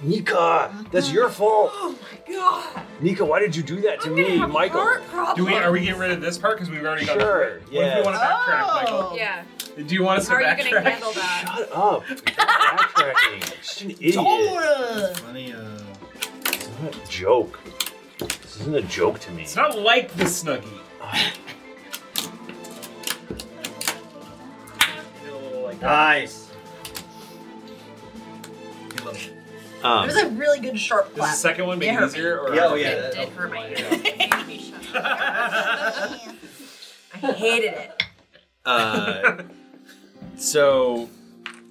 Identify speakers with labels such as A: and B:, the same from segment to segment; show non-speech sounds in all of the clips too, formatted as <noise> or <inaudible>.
A: Nika, that's your fault. Oh my god. Nika, why did you do that to me, Michael?
B: Do we are we getting rid of this part because we've already gone?
A: Sure,
B: over it? What if
A: yeah.
B: we want to backtrack,
C: Oh!
B: Michael?
D: Yeah.
B: Do you want us to
D: How are
B: backtrack?
D: you gonna handle
B: <laughs>
D: that?
A: Shut up. Stop backtracking. Just an idiot. This isn't a joke. This isn't a joke to me.
B: It's not like the Snuggie.
A: Um,
E: Nice.
C: It was a really good sharp
B: Does the
C: clap.
B: second one make
C: Yeah.
B: it easier? Or
E: Yeah, oh, yeah.
D: It did hurt
B: <laughs>
D: my ears.
C: I hated it.
F: Uh, <laughs> so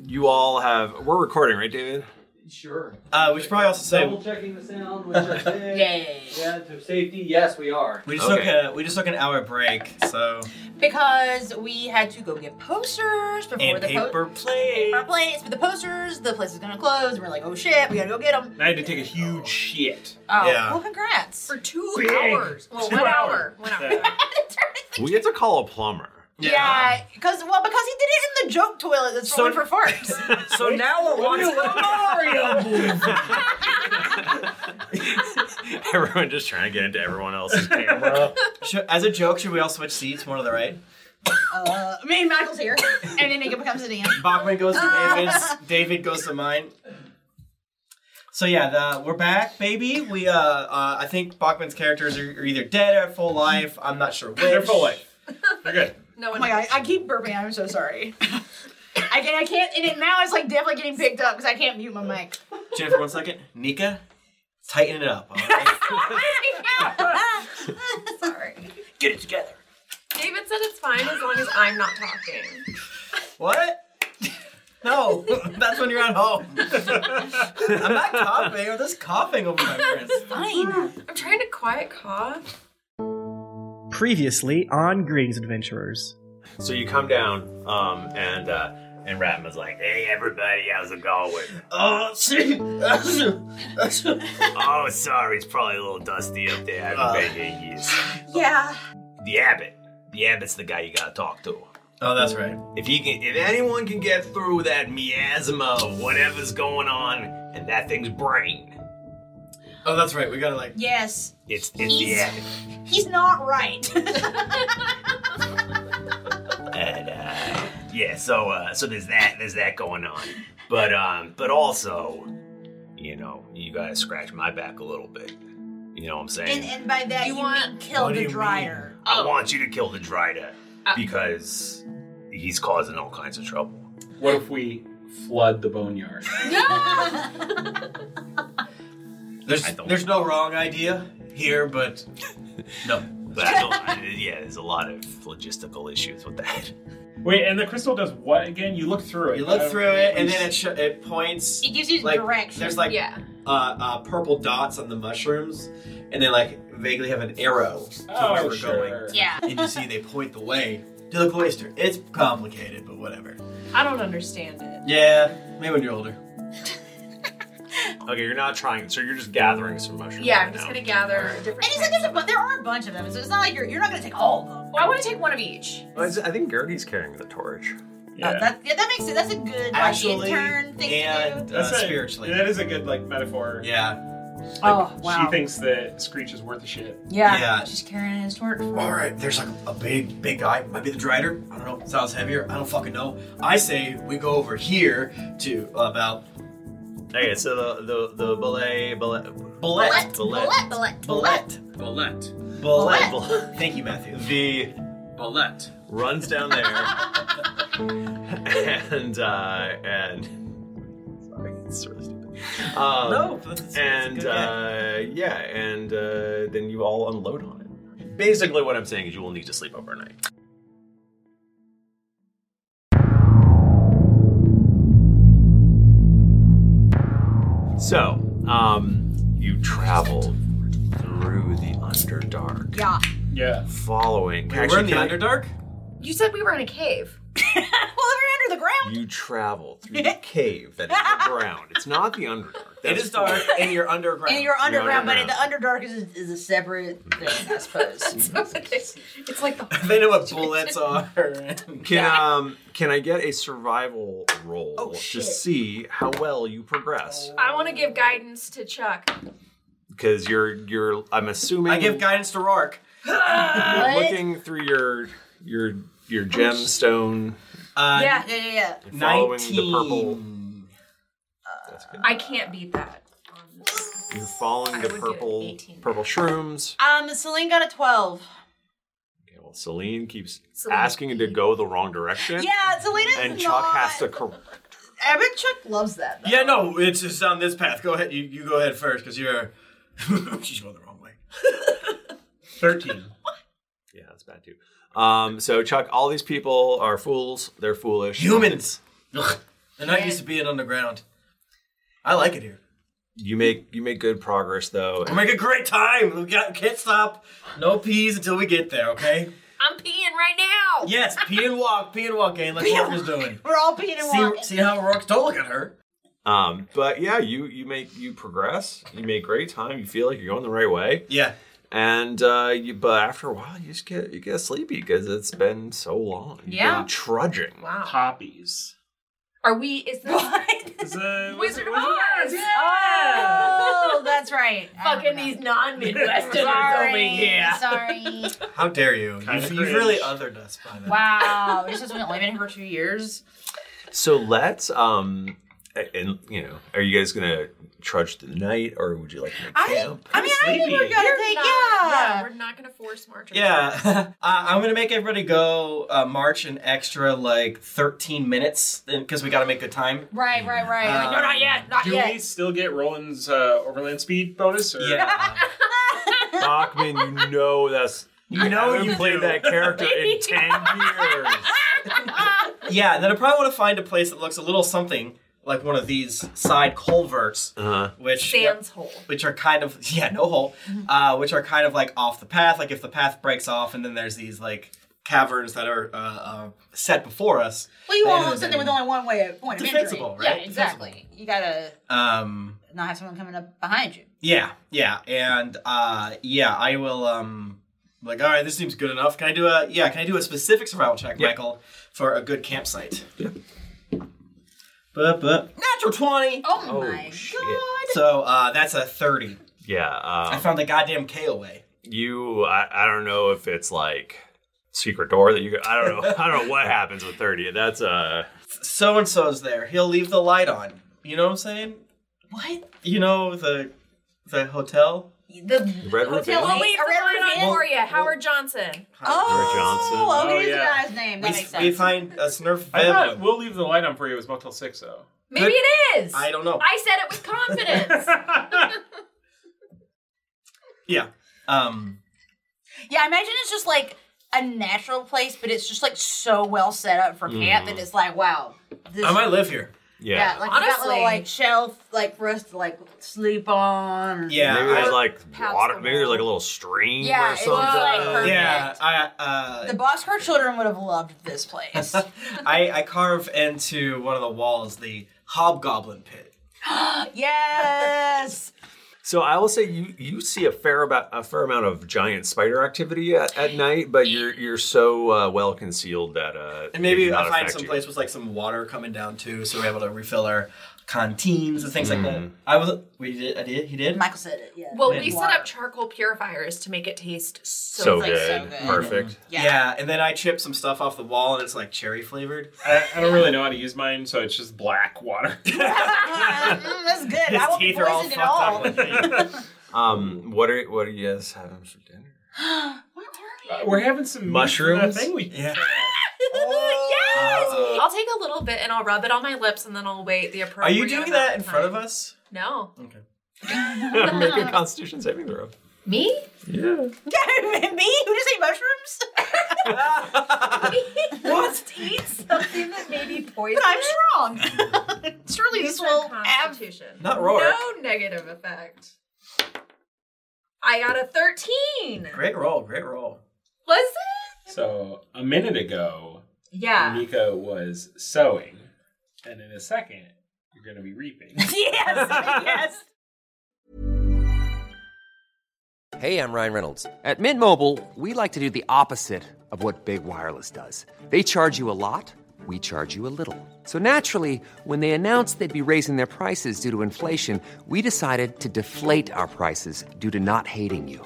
F: you all have we're recording, right, David?
G: Sure. Uh, we should probably also
F: Double
G: say
F: checking the sound,
G: which I
C: <laughs>
F: did.
D: Yay.
F: to safety, yes, we are.
G: we just
F: Okay.
G: took a we just took an hour break, so
C: Because we had to go get posters before
G: and
C: the po-
G: paper play.
C: paper plates for the posters. The place is gonna close. And we're like, oh shit, we gotta go get them.
B: I had to take a huge shit.
C: Oh,
G: Yeah.
C: well, congrats.
D: For two
B: Big.
D: hours. Well,
B: Two
D: one
B: hours.
D: hour. One hour.
B: Yeah.
F: We get to call a plumber.
C: Yeah, because well, because he did it in the joke toilet that's
G: So-
C: rolling for
G: <laughs>
C: farts.
G: So now we're watching.
F: Everyone just trying to get into everyone
G: <laughs>
F: else's camera.
G: should, as a joke, should we all switch seats? One to the right.
C: uh, me and Michael's here, and then Nika becomes a DM.
G: Bachman goes to David's. David goes to mine. So yeah, the, we're back, baby. We uh, uh I think Bachman's characters are, are either dead or at full life. I'm not sure which.
B: They're full life. They're good.
D: No
C: Oh
D: one.
C: my god, I keep burping. I'm so sorry. I can, I can't, and it, now it's like definitely getting picked up because I can't mute my mic.
G: Jennifer, one second. Nika, tighten it up. all right?
C: sorry.
G: Get it together.
D: David said it's fine as long as I'm not talking.
G: What? No, that's when you're at home. I'm not coughing. I'm just coughing over my friends.
C: Fine.
D: I'm trying to quiet cough.
E: Previously on Greetings, Adventurers.
F: so you come down, um, and uh, and Ratman's like, "Hey, everybody, how's
G: <laughs>
F: it going?"
G: Oh, see.
F: oh, sorry, it's probably a little dusty up there. I haven't been here in years.
C: Yeah.
F: The abbot, the abbot's the guy you gotta talk to.
G: oh, that's right.
F: If he can, if anyone can get through that miasma of whatever's going on and that thing's brain,
G: Oh, that's right. We gotta like.
C: Yes.
F: it's it's the
C: He's-
F: abbot.
C: He's not right.
F: And uh, yeah, so uh, so there's that there's that going on, but um, but also, you know, you gotta scratch my back a little bit. You know what I'm saying?
C: and, and oh. by that,
D: You
C: you,
D: want-
C: mean kill
G: What do
C: the
G: you mean?
C: dryer.
F: I want you to kill the Drida
D: Uh.
F: because he's causing all kinds of trouble.
B: What if we flood
D: <laughs>
B: the boneyard?
G: There's
F: I don't-
G: there's no wrong idea here, but no.
F: <laughs> But I don't, I- yeah, there's a lot of logistical issues with that.
B: Wait, and the crystal does what again? You look through it.
G: You
B: I
G: look
C: Um,
B: don't-
G: through it, and then it sh- it points.
C: It gives you
G: Like
C: direction.
G: there's like
D: yeah.
G: uh, uh, purple dots on the mushrooms, and they like vaguely have an arrow to where
B: Oh,
G: we're
B: sure.
G: going.
C: yeah.
G: And you see they point the way to the cloister. It's complicated, but whatever.
D: I don't understand it.
G: Yeah, maybe when you're older.
F: Okay, you're not trying, so you're just gathering some mushrooms.
D: Yeah,
F: right
D: I'm just
F: now.
D: gonna gather
C: And
D: different.
C: he said
D: types
C: there's a bu- there are a bunch of them, so it's not like you're you're not gonna take all of them.
D: of- Well, I want to take one of each.
F: Well, it's- I think Gertie's carrying the torch.
C: Uh, that, yeah, that makes sense. That's a good like
G: Actually,
C: intern thing to
G: and
C: do.
G: uh,
B: That's a-
G: spiritually.
B: That is a good like metaphor.
G: Yeah.
C: Oh
B: She thinks that Screech is worth a shit.
C: yeah.
G: Yeah.
C: She's carrying his torch.
G: All right. There's like a big, big guy. Might be the drider. I don't know. Sounds heavier. I don't fucking know. I say we go over here to about
F: Okay, so the the the ballet ballet
G: Bullet.
F: Bullet.
C: bullet,
G: Bullet.
A: Bullet.
G: Bullet. Thank you, Matthew.
F: the
A: Bullet.
F: runs down there <laughs> and uh and sorry, it's really stupid. Um, and uh, yeah, and uh, then you all unload on it. Basically, what I'm saying is you will need to sleep overnight. So, um, you travel through the Underdark,
C: Yeah.
B: Yeah.
F: following.
G: Wait, we're in the
F: can I-
G: Underdark?
C: You said we were in a cave. <laughs> well, we're under the ground.
F: You travel
C: <laughs>
F: through the cave that is the ground. It's not the Underdark.
G: It
F: That's
G: is dark, and you're underground.
C: And you're underground, but
F: underground.
C: the underdark is, is a separate thing,
D: <laughs>
C: I suppose.
D: it's like the
G: <laughs> they know what bullets are. and-
F: <laughs> Can um can I get a survival roll
C: Oh,
F: to
C: shit.
F: see how well you progress?
D: I want to give guidance to Chuck.
F: Because you're you're I'm assuming
G: I give guidance to Rorke.
F: you're
C: <gasps> What? Oh,
F: looking through your your your gemstone
G: Uh,
D: yeah,
C: Yeah, yeah, yeah.
F: and following
G: 19.
F: the purple. That's good.
D: I can't beat that.
F: Uh, You're following
D: I
F: the
D: would do
F: purple
D: 18.
F: purple shrooms.
C: Um, Celine got a 12.
F: Okay, well, Celine keeps
D: Celine.
F: asking to go the wrong direction.
C: Yeah, Selena
F: And Chuck has to correct.
C: I bet Chuck loves that. Though.
G: Yeah, <laughs> no, it's just on this path. Go ahead. You, you go ahead first, because you're. <laughs> She's going the wrong
F: <laughs>
G: way.
B: 13.
F: Yeah, that's bad too. Um, so Chuck, all these people are fools. They're foolish.
G: Humans! Ugh. They're not
C: Yeah.
G: used to being underground. I like it here.
F: You make you make good progress though.
G: We're making a great time. We got, can't stop. No peas until we get there,
F: <laughs>
G: okay?
D: I'm peeing right now.
G: Yes, pee and walk, pee and walk, gang. Like
C: and
G: Rorke is doing.
C: We're all peeing and
G: See,
C: walking.
G: see how Rorke's. Don't look at her.
F: Um, but yeah, you you make you progress. You make great time. You feel like you're going the right way.
G: Yeah.
F: And uh, you but after a while, you just get you get sleepy because it's been so long. You've
D: Yeah.
F: been trudging.
D: Wow.
B: Poppies.
D: Are we? Is this
B: It's a
D: Wizard of Oz?
C: Oh, that's right. I
D: Fucking
C: remember
D: these non-Midwesterners
C: now.
D: over here.
C: Sorry. Sorry.
G: How dare you?
B: Kinda
G: You've, you've
B: cringe.
G: really othered us by that.
C: <laughs> Wow. This has only been here for two years.
F: So let's um a- and you know, are you guys gonna trudge through the night or would you like to
C: I-
F: camp?
C: I mean, I think
B: Sleepy.
C: we're gonna take
D: Not-
C: yeah.
D: We're not gonna force march.
G: Yeah, <laughs> uh, I'm gonna make everybody go uh, march an extra like 13 minutes because we gotta make good time.
C: Right, right, right.
G: Um,
C: Like, no, not yet. Not
B: Do
C: yet.
B: we still get Roland's uh, overland speed bonus? Or?
C: <laughs>
G: Yeah,
F: Bachman, you know that's
G: you
B: <laughs>
G: know
F: haven't
G: you
F: played
G: do.
F: that character
C: <laughs>
F: in ten years.
G: Yeah, and then I probably want to find a place that looks a little something like one of these side culverts,
F: Uh-huh.
G: which
D: Sam's hole.
G: which are kind of <laughs> yeah no
C: <laughs>
G: hole, uh, which are kind of like off the path. Like if the path breaks off, and then there's these like caverns that are uh, uh, set before us.
C: well, you
G: Then-
C: won't sit there with only one way of point of entry.
G: Defensible, right?
C: Yeah, exactly. You gotta
G: Um,
C: not have someone coming up behind you.
G: Yeah, yeah, and uh yeah, I will um like all right, this seems good enough. Can I do a yeah? Can I do a specific survival check, Michael, for a good campsite? Yeah. But but natural twenty.
C: Oh,
F: Oh
C: my
F: shit.
G: So uh that's a thirty.
F: Yeah, um,
G: I found the goddamn K away.
F: you I, I don't know if it's like secret door that you go, I don't know I don't know what happens with 30 that's uh
G: So and so's there. He'll leave the light on. You know what I'm saying?
C: What?
G: You know the the hotel.
C: The
F: Red Roof
C: hotel.
F: Inn?
D: I'll leave
C: a
D: the
C: Red
D: line
C: Roof
D: on
C: Inn?
D: for you, Howard Johnson.
C: Oh,
F: Johnson.
C: okay,
B: Oh,
C: it's
B: yeah.
C: the guy's name.
G: We,
C: That makes
G: we
C: sense.
G: find a Smurf.
B: I thought
G: bedroom.
B: we'll leave the light on for you. It was Motel 6, though.
D: Maybe it is.
G: I don't know.
D: I said it with confidence.
G: yeah. Um.
C: Yeah, I imagine it's just like a natural place, but it's just like so well set up for
G: Mm.
C: camp that it's like, wow. This,
G: I might live here.
F: yeah,
C: yeah, like you got
D: Honestly.
C: little like shelf like for us to like sleep on.
G: Yeah.
F: maybe
G: I-
F: there's like
D: Pats
F: water
D: the
F: maybe there's
D: wall.
F: like a little stream
C: Yeah,
F: or
C: it's
F: something
C: like perfect.
G: Yeah, I uh, <laughs>
C: The Boxcar children would have loved this place. <gasps>
G: I, I carve into one of the walls the hobgoblin pit.
C: yes.
F: so i will say you you see a fair about a fair amount of giant spider activity at, at night but you're you're so uh, well concealed that uh
B: <laughs>
G: And maybe
F: it
G: I
F: not
G: find
F: affect
G: some
F: you.
G: place with like some water coming down too, so we're able to refill our canteens and things like
F: Mm.
G: that. I was we did I did he did
C: <laughs> Michael said it. Yeah.
D: well,
G: Red
D: we set
G: water.
D: up charcoal purifiers to make it taste so,
F: so,
C: like
F: good.
C: so good.
F: perfect
G: yeah. and then I chipped some stuff off the wall and it's like cherry flavored.
B: I, I don't really know how to use mine, so it's just black water. <laughs>
C: Mm, that's good. I won't be poisoned at all.
G: fucked up. like-
F: <laughs> um what are what are you guys having for dinner
C: <gasps> Where are we?
B: Uh, We're having some
F: Mushrooms?
B: meat from that Thing we,
G: yeah.
D: yes!
G: Uh,
D: I'll take a little bit and I'll rub it on my lips and then I'll wait the
G: Are
D: appropriate.
F: <laughs>
B: <laughs>
G: you doing that in front of
D: us?
G: us?
D: No. <laughs>
G: Okay.
F: make a constitution saving throw
D: Me?
B: Yeah.
C: <laughs> Me? Who just ate mushrooms?
G: <laughs>
C: <laughs>
D: Just eat something that may <laughs> be poison.
C: But I'm strong. <laughs> Surely
D: You
C: this
D: said
C: will have.
D: Constitution.
G: Not Rourke.
D: No negative effect. I got a 13.
G: Great roll, great roll.
D: Was it?
B: So a minute ago,
D: Yeah.
B: Nico was sowing, and in a second, you're going to
G: <laughs>
B: be reaping.
C: Yes, yes.
H: Hey, I'm Ryan Reynolds. At Mint Mobile, we like to do the opposite of what Big Wireless does. They charge you a lot, we charge you a little. So naturally, when they announced they'd be raising their prices due to inflation, we decided to deflate our prices due to not hating you.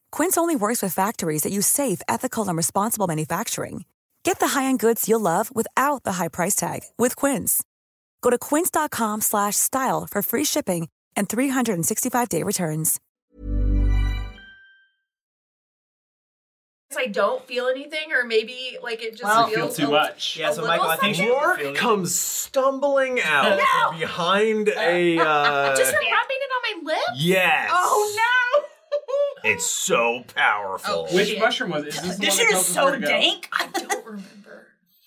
I: Quince only works with factories that use safe, ethical, and responsible manufacturing. Get the high-end goods you'll love without the high price tag with Quince. Go to quince.com/style slash style for free shipping and 365-day returns.
D: So I don't feel anything, or maybe like it just
F: Well- You feel
D: feels
F: too
D: a-
F: much.
D: a
G: Yeah, so
D: little
G: Michael, I think
D: something.
G: you
F: Rourke comes stumbling out from
D: <laughs>
F: behind a. Uh,
D: just from rubbing it on my lips.
F: Yes.
D: Oh no.
F: it's
D: Oh,
F: so powerful.
B: Which mushroom was it? <laughs> Is this the
C: This
B: one
C: shit
B: that
C: is
B: tells us where to
C: so
B: go?
C: dank.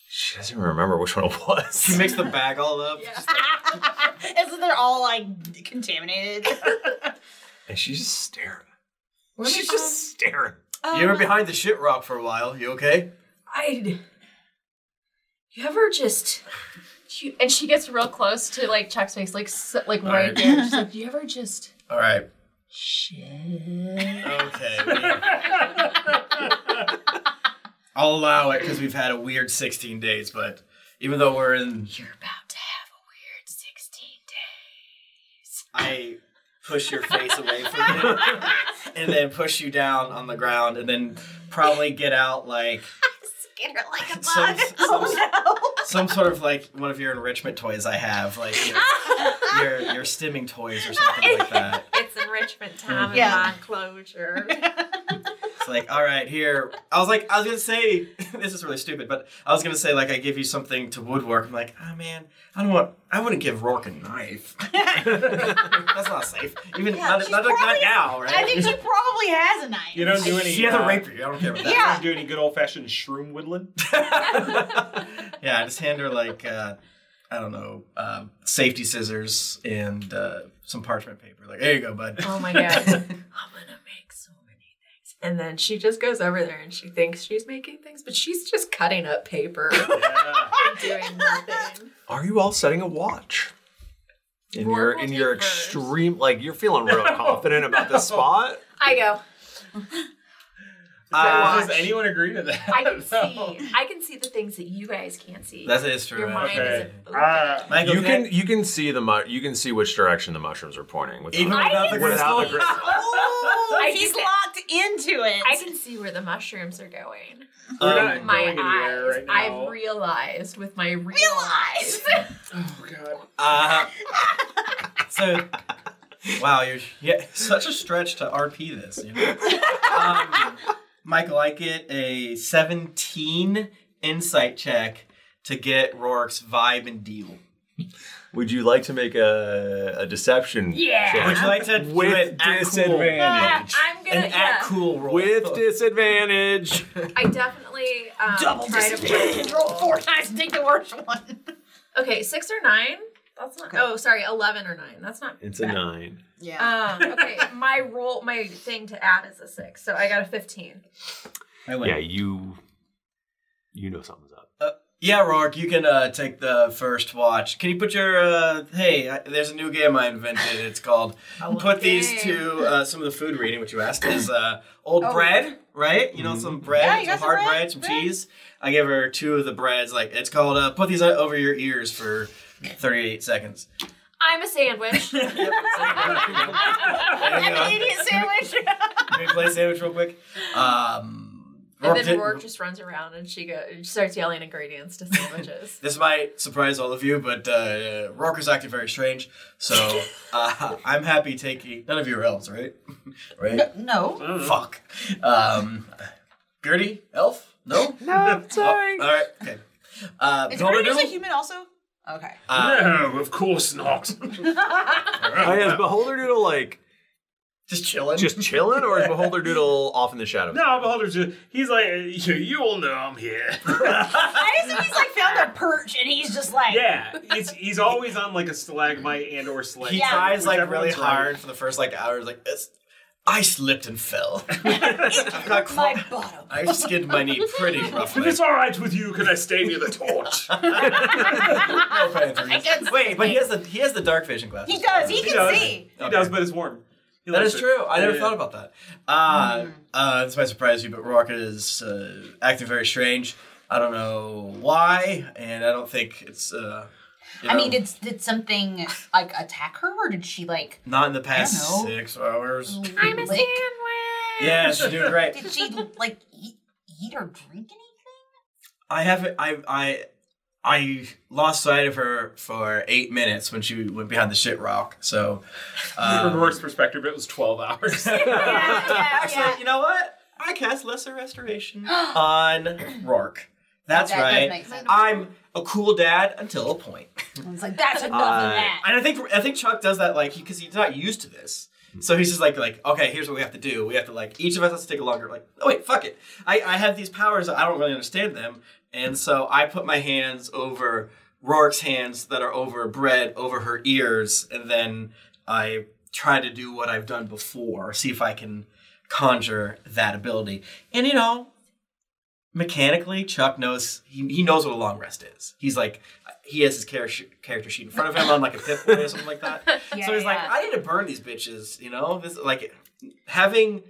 F: She doesn't even remember which one it was.
G: She mixed the bag all up.
C: <laughs> Isn't they're all like contaminated?
F: And she's just staring.
C: Let me
F: she's just staring.
C: Oh,
G: you were behind the shit rock for a while. You okay?
D: I. You ever just? She, and she gets real close to like Chuck's face, like s like right,
G: Alright.
D: there. She's like, "Do you ever just?"
F: <laughs>
G: All right.
C: <laughs>
G: Shit. Okay. I'll allow it because we've had a weird 16 days, but even though we're in,
D: Weird sixteen days.
G: I push your face away from you and then push you down on the ground and then probably get out like
C: Skin her
G: <laughs>
C: like a bug.
G: Some-
C: oh
G: some sort of like one of your enrichment toys I have, like your your, your stimming toys or
D: <laughs>
G: something like that.
D: It's enrichment time and
G: Yeah.
D: mind closure.
G: It's like, all right, here. I was like, I was gonna say, <laughs> this is really stupid, but I was gonna say like I give you something to woodwork. I'm like, ah man, I don't want. I wouldn't give Rourke a knife. <laughs> That's not safe. Even
C: Yeah,
G: not,
C: she's
G: not, not
C: probably-
G: now,
C: no.
G: right?
C: I
G: <laughs>
C: think she probably has a knife.
B: <laughs> You don't do any.
G: She has a rapier. I don't care about that.
B: Yeah. You don't do any good old fashioned shroom whittling. <laughs>
G: yeah, I just hand her like uh, I don't know um, safety scissors and uh, some parchment paper. Like there you go, bud.
D: <laughs> <laughs> Oh my god. I'm
G: <laughs>
D: gonna make so many things. And then she just goes over there and she thinks she's making things, but she's just cutting up paper. <laughs> and doing nothing.
F: Are you all setting a watch? In your in your
D: <laughs>
F: extreme like you're feeling real confident about the spot.
D: I go.
B: Does anyone agree to that?
D: I can see. I can see the things that you guys can't see.
F: That is true,
D: Your
F: yeah.
D: mind
F: Okay.
D: isn't.
B: Uh,
F: you can you can see the mu- you can see which direction the mushrooms are pointing without,
G: Even without the
F: without the
G: crystal?
F: crystal.
C: Oh,
D: I
C: he's
D: can-
C: locked into it.
D: I can see where the mushrooms are going. Um,
F: We're not
D: my
F: going anywhere
D: eyes.
F: right now.
D: I've realized with my real eyes.
F: <laughs> Oh,
D: <laughs>
G: Uh, so, wow, you're yeah, such a stretch to RP this. You know? um, Michael, I get a 17 insight check to get Rorik's vibe and deal.
F: Would you like to make a, a deception?
G: Yeah.
F: check?
G: Would you like to do
F: with
G: it at cool?
D: <laughs>
F: disadvantage?
D: I'm gonna. yeah.
G: cool roll
F: with
G: <laughs>
F: disadvantage.
D: I definitely um,
C: Double
D: try
C: disadvantage.
D: to
C: <laughs> Roll four times. Take the worst one.
D: Okay, six or nine. That's not. Oh, sorry, eleven or nine. That's not.
F: It's a nine.
D: Yeah. Um, okay, my roll, my thing to add is a six, so I got a fifteen.
F: Yeah, you you know something's up.
G: Yeah, Rourke, you can uh, take the first watch. Can you put your uh, hey? I, there's a new game I invented.
A: <laughs>
G: It's called. put these to uh, some of the food reading. What you asked
A: <clears throat>
G: is uh, old
A: Oh.
G: bread, right? You know, some bread,
A: Yeah, you
G: some
A: got some
G: hard
A: bread,
G: bread, some cheese. I give her two of the breads. Like it's called. Uh, put these o- over your ears for 38 seconds.
D: I'm a sandwich. <laughs>
G: <laughs> go.
D: I'm
G: idiot
D: sandwich.
G: Can we play sandwich
A: <laughs>
G: real quick? Um,
D: And
G: Rourke
D: then
G: did-
D: Rourke just runs around and she goes, she starts yelling ingredients to
G: <laughs>
D: sandwiches.
G: This might surprise all of you, but uh, Rourke is acting very strange. <laughs> So uh, I'm happy taking. None of you are elves, right? <laughs> right?
C: No.
G: Fuck. Um, Gertie, elf? No?
C: <laughs>
G: <laughs>
C: No, I'm sorry.
G: all right, okay. Uh,
C: Is
G: Golden
C: Gertie just a
G: Doodle?
C: human also? Okay.
F: Um,
C: <laughs>
G: Uh,
F: no, of course
G: <laughs>
F: not.
C: I
F: Oh, is Beholder Doodle like
G: just chilling?
F: Just chilling,
G: <laughs>
F: or is Beholder Doodle off in the shadows?
B: No, Beholder's just, he's like, you, you all know I'm here.
G: <laughs>
B: <laughs>
C: assume he's like found a perch and he's just like
B: yeah, he's, he's always on like a stalagmite and or stalactite.
G: He tries like
B: whichever
G: really
B: one's right.
G: hard for the first like hour. Like it's, I slipped and
B: <laughs>
G: fell.
B: I've
G: got
C: my bottom.
G: I skinned my knee pretty roughly.
B: If it's all right with you, can I stay near
G: <laughs>
B: the torch? <laughs>
G: No panther.
C: I can see
G: Wait, but he has the he has the dark vision glasses.
C: He does. He can see.
G: He does, but it's warm.
B: He
G: that
B: likes
G: is
B: it.
G: true. I never
B: Yeah.
G: thought about that. Uh,
C: Hmm.
G: uh, this might surprise you, but Rocket is uh, acting very strange. I don't know why, and I don't think it's. Uh, you
C: <laughs> I
G: know,
C: mean, did did something like attack her, or did she like?
G: not in the past
C: I don't know.
G: six hours.
C: I'm a sandwich.
G: Yes, you're doing great.
C: Did she like eat, eat or drink anything?
G: I haven't. I I I lost sight of her for eight minutes when she went behind the shit rock. So,
B: <laughs>
G: um,
B: From Rourke's perspective, it was twelve <laughs>
G: <laughs>
B: hours.
G: Actually, you know what? I cast Lesser
C: <gasps>
G: Restoration on Rourke. That's
C: That does
G: right.
C: make sense.
G: I'm a cool dad until a point. <laughs>
C: It's like that's enough
G: Uh,
C: of that.
G: And I think I think Chuck does that like because he's not used to this. So he's just like like okay, here's what we have to do. We have to like each of us has to take a longer like oh wait fuck it. I I have these powers I don't really understand them, and so I put my hands over Rourke's hands that are over bread over her ears, and then I try to do what I've done before, see if I can conjure that ability. And you know, mechanically, Chuck knows he, he knows what a long rest is. He's like he has his character character sheet in front of him on like a pip boy or something like that. so he's like, I need to burn these bitches. You know, this like having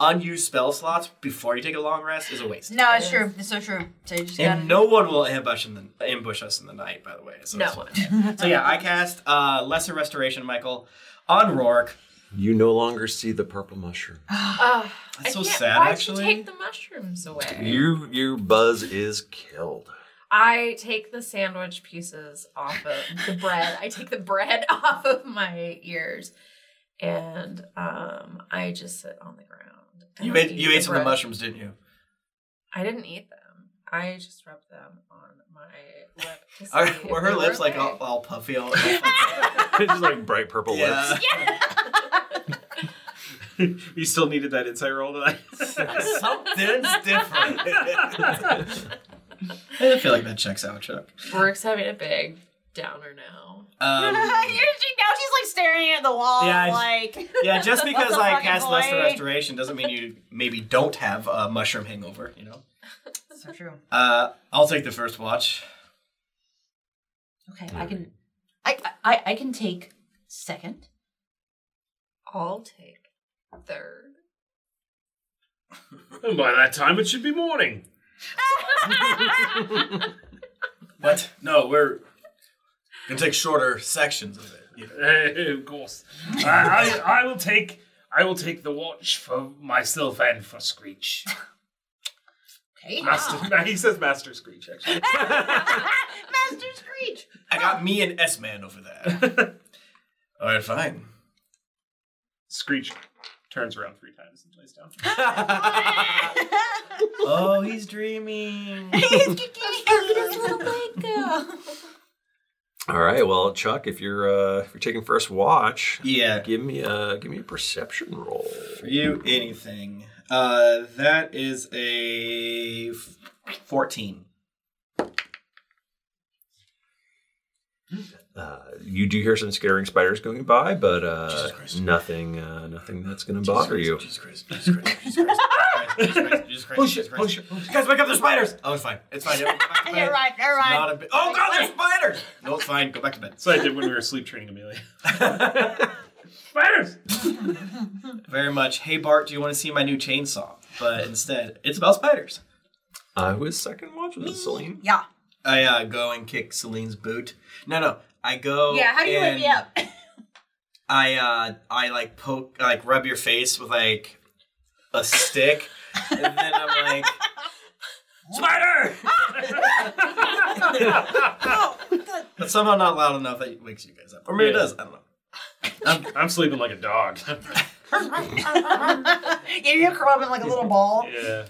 G: unused spell slots before you take a long rest is a waste.
C: No, it's true. It's so true. So you just gotta.
G: And no one will ambush in the ambush us in the night, by the way. So it's
C: No.
G: fine. so yeah, I cast uh, lesser restoration, Michael, on Rourke.
F: You no longer see the purple mushroom.
D: <sighs> Ugh,
G: That's
D: I
G: so
D: can't-
G: sad,
D: Why'd
G: actually.
D: you take the mushrooms away?
F: You your buzz is killed.
D: I take the sandwich pieces off of the bread. I take the bread <laughs> off of my ears, and um, I just sit on the ground. and
G: You
D: I
G: ate
D: eat
G: you ate some of the
D: bread.
G: mushrooms, didn't you?
D: I didn't eat them. I just rubbed them on my lip. to
G: Are,
D: see if
G: were her
D: they
G: lips like
D: okay.
G: all, all puffy? All,
B: <laughs>
F: just like bright purple
G: lips.
B: <laughs> you still needed that insight roll to <laughs>
G: <laughs> Something's different.
D: <laughs>
G: I feel like that checks out, Chuck.
D: Brooke's having a big downer now.
C: <laughs>
G: Um,
C: Here she- now she's like staring at the wall,
G: Yeah, I-
C: like
G: <laughs>
C: <laughs>
G: yeah, just
C: what's
G: because
C: the
G: I
C: fucking
G: cast lesser
C: point?
G: restoration doesn't mean you maybe don't have a mushroom hangover. You know.
C: So true.
G: Uh, I'll take the first watch.
C: Okay, I can, I, I, I can take second. <laughs>
D: I'll take third.
B: And <laughs> by that time, it should be morning.
G: What? No, we're gonna take shorter sections of it.
B: <laughs> Eh, of course. I, I, I will take I will take the watch for myself and for Screech.
C: Okay.
B: Master, <laughs> he says Master Screech. <laughs> Actually,
C: Master Screech.
G: I got me an S man over that.
B: <laughs>
G: All right, fine.
B: Screech turns around three times and lays down.
G: Oh, he's
C: <laughs>
G: dreaming.
F: All right, well, Chuck, if you're uh, if you're taking first watch,
G: yeah,
F: give me a give me a perception roll.
G: For you, anything. Uh, that is a f- fourteen.
F: Uh, you do hear some scattering spiders going by, but uh, nothing uh, nothing that's going to bother you.
G: Oh shit! Oh shit! Guys, wake up! There's spiders. Oh, it's fine. It's fine.
C: <laughs>
G: Yeah,
C: You're right. You're right.
G: Not a bit. Oh god, there's spiders. No, it's fine. Go back to bed.
B: So I did when we were sleep training Amelia.
G: Very much. Hey Bart, do you want to see my new chainsaw? But instead, it's about spiders.
F: I was second watch with Celine.
C: <laughs> Yeah.
G: I uh, go and kick Celine's boot. No, no. I go.
C: yeah, how do you wake
G: and
C: me up?
G: I uh, I like poke, I, like rub your face with like a stick, and then I'm like, spider. but somehow not loud enough that it wakes you guys up, or maybe it
B: Yeah.
G: does. I don't know. I'm,
B: I'm sleeping like a dog.
C: <laughs> yeah, you curl up in like a little ball.
B: yeah.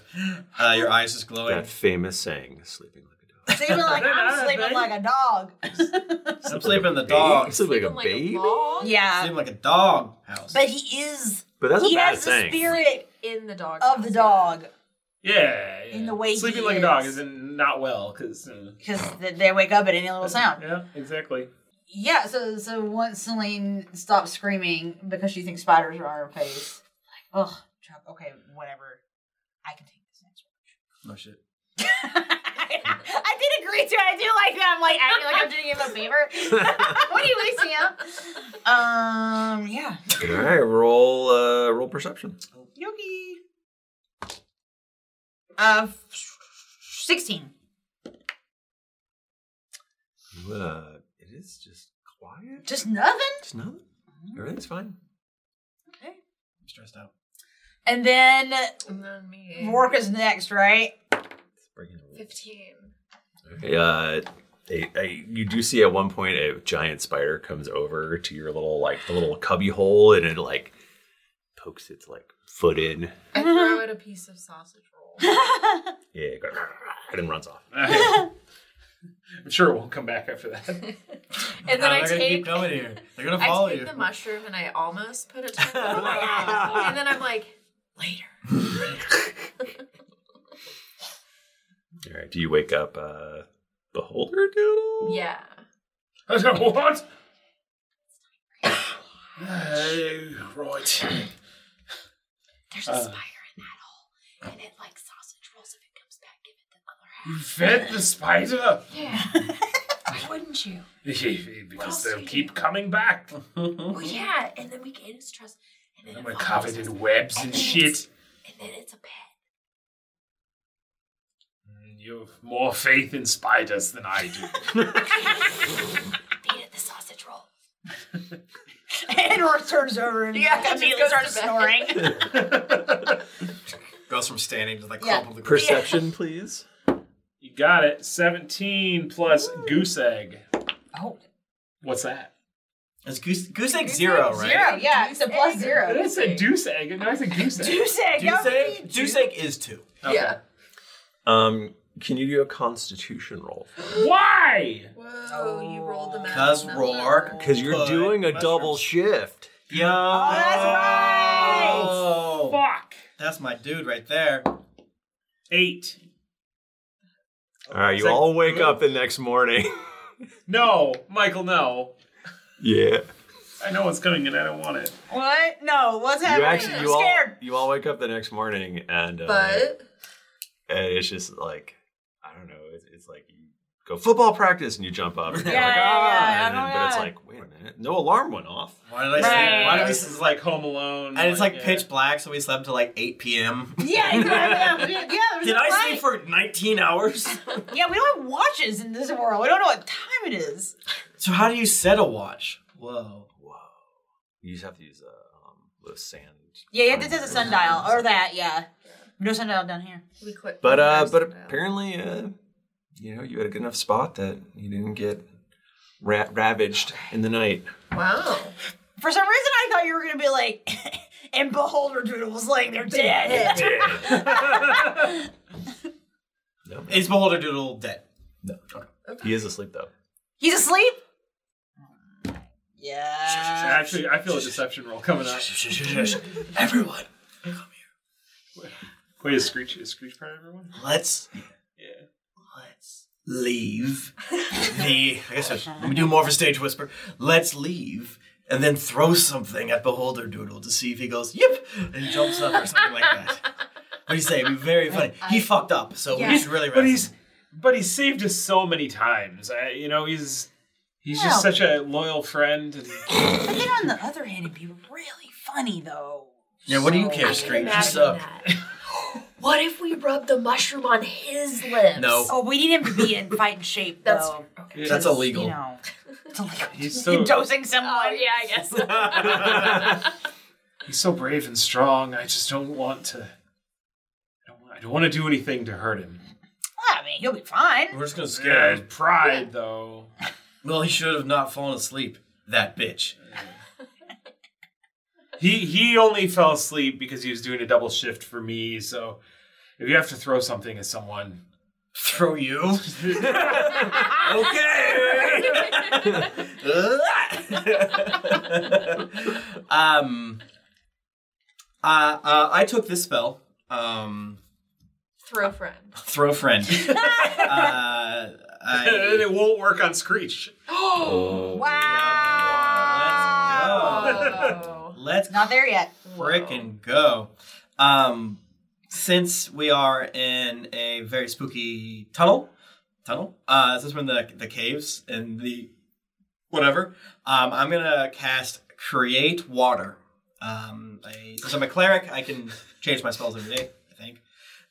G: Uh, your eyes just glowing.
F: That famous saying, sleeping
C: So you're like,
D: <laughs>
C: I'm sleeping like a dog.
G: <laughs> I'm sleeping the dog.
F: Sleep like a baby.
C: Yeah.
G: Sleeping like a dog house.
C: But he is.
F: But that's a
C: he
F: bad
C: has
F: thing.
C: the spirit
D: in the dog
C: of the dog
B: Yeah,
C: in the way
B: sleeping
C: he
B: like a
C: is.
B: dog is in not well because
C: because they wake up at any little sound.
B: Yeah, exactly. <laughs>
C: Yeah. So so once Celine stops screaming because she thinks spiders are on her face, like, ugh, Chuck. Okay, whatever. I can take this next
G: No Oh, shit.
C: one. I did agree to. it. I do like that. I'm like acting like I'm doing him a favor. what are you wasting up? Um. Yeah.
F: All right, roll uh, roll perception.
C: Yogi. Uh, f- sixteen.
F: Uh, it is just quiet.
C: Just nothing.
F: Just nothing. Everything's fine.
C: Okay.
G: I'm stressed out.
C: And then, Rourke is next, right?
D: Fifteen.
F: Okay, uh, a, a, you do see at one point a giant spider comes over to your little like the little cubby hole, and it like pokes its like foot in.
D: I throw it a piece of sausage
C: <laughs>
D: roll.
F: Yeah, it goes, and
G: <laughs>
F: runs off.
B: I'm sure it won't come back after <laughs> that.
D: And then I take
G: They're
D: <laughs> I take the mushroom and I almost put it to my mouth. and then I'm like,
F: All right, do you wake up, uh, beholder doodle?
D: yeah.
B: <laughs> I said, what? <coughs> Hey, right.
D: <coughs>
B: Uh.
D: There's
B: a
D: spider in that hole, and it like sausage rolls if it comes back. Give it the other half.
B: You fed the spider?
C: <laughs>
D: Yeah. Why wouldn't you?
B: because they'll keep
G: <laughs>
B: coming back.
G: Oh,
D: Well, yeah, and then we gain its trust, and then,
B: Mm-hmm. And
D: it
B: we're
D: follows
B: covered
D: us,
B: in webs and shit.
D: and then it's a pet.
B: You have more faith in spiders than I do.
D: Beat it the sausage roll.
C: <laughs> and Rourke turns over and
D: Yeah,
C: yeah,
D: just
C: immediately
D: goes
C: starts
D: to bed.
C: snoring.
G: <laughs> Goes from standing to like
C: Yeah.
G: crumple the
F: Perception, please.
B: you got it. 17 plus goose egg.
C: Oh.
B: What's that?
G: It's goose, goose egg zero, right?
C: <laughs> Zero, yeah, it's a plus zero.
B: I said deuce egg, and I said goose egg.
C: Deuce egg,
G: Goose
C: y'all
G: egg, goose egg is two.
B: Yeah.
F: Um, can you do a Constitution roll?
B: Why?
D: Whoa, you rolled the map.
F: Cause roar. Because you're doing a double shift.
G: Yo. Oh,
C: that's
G: right.
B: Fuck.
G: Oh. That's my dude right there. <laughs>
B: Eight.
F: All right, you all wake up the next morning. <laughs>
B: No, Michael, no.
F: yeah.
B: I know what's coming and I don't want it.
C: What? No, what's
F: You
C: happening?
F: actually,
C: I'm
F: you all,
C: scared.
F: you all wake up the next morning, and uh,
D: But
F: and it's just like I don't know. It's, it's like you go football practice, and you jump up.
G: <laughs>
F: And you're
G: Yeah,
F: like,
G: yeah,
F: ah,
G: yeah,
F: and
G: oh
F: then-
G: my
F: but it's
G: God.
F: like, wait a minute, no alarm went off.
G: Why did I
F: Right.
G: sleep? Why did we
F: This
G: sleep?
F: is like Home Alone.
G: And it's like
F: yeah.
G: pitch black, so we slept till like 8 <laughs> p.m.
C: Yeah, <laughs> exactly. Yeah, there was
G: Did
C: a
G: I
C: light.
G: sleep for 19 hours?
C: <laughs> Yeah, we don't have watches in this world. We don't know what time it is.
G: <laughs> so how do you set a watch? Whoa.
F: You just have to use a um, little sand.
C: Yeah, yeah, this is a sundial or that. Yeah, no sundial down here.
D: We quit.
F: But uh, but apparently, uh, you know, you had a good enough spot that you didn't get ra- ravaged in the night.
D: Wow.
C: For some reason, I thought you were gonna be like, <laughs> and beholder doodle was laying there dead.
G: Is Beholder Doodle dead?
F: No. He is asleep though.
C: <laughs> He's asleep.
B: Actually, I feel a deception roll coming up.
G: Everyone,
B: Wait, is Screech is Screech part of everyone?
G: Let's
B: Yeah. Let's.
G: <laughs> leave the. I guess I- let me do more of a stage whisper. Let's leave and then throw something at Beholder Doodle to see if he goes, yep, and jumps up or something like that. What do you say? It'd be very funny. He fucked up, so we should really.
B: But he's but he's saved us so many times. I, you know, he's he's just
C: Well-
B: such a loyal friend. And
C: But then on the other hand, it'd be really funny though.
G: Yeah, what do you care,
D: I can
G: Screech? You
D: imagine
G: suck.
D: What if we rub the mushroom on his lips?
G: No.
C: Oh, we need him to be in fighting shape
D: That's-
C: though.
G: That's illegal.
C: You know, it's illegal. <laughs>
B: He's so-
C: Dosing someone. Oh,
D: yeah, I guess.
B: he's so brave and strong. I just don't want to. I don't, wa- I don't want to do anything to hurt him.
C: <laughs> I mean, he'll be fine.
G: We're just gonna
B: Yeah,
G: scare
B: his
G: him.
B: pride, though.
G: Well, he should have not fallen asleep. That bitch.
B: He he only fell asleep because he was doing a double shift for me. So if you have to throw something at someone,
G: throw you. <laughs> um, uh, uh, I took this spell. Um,
D: Throw friend.
G: throw
C: <laughs>
G: friend. uh, I,
B: <laughs> and it won't work on Screech.
D: Oh,
G: wow. Let's
C: Not there yet.
G: frickin' go. Um, since we are in a very spooky tunnel, tunnel. Uh, since we're in the the caves and the whatever, um, I'm gonna cast create water. Um, I, since I'm a cleric, I can change my spells every day. I think.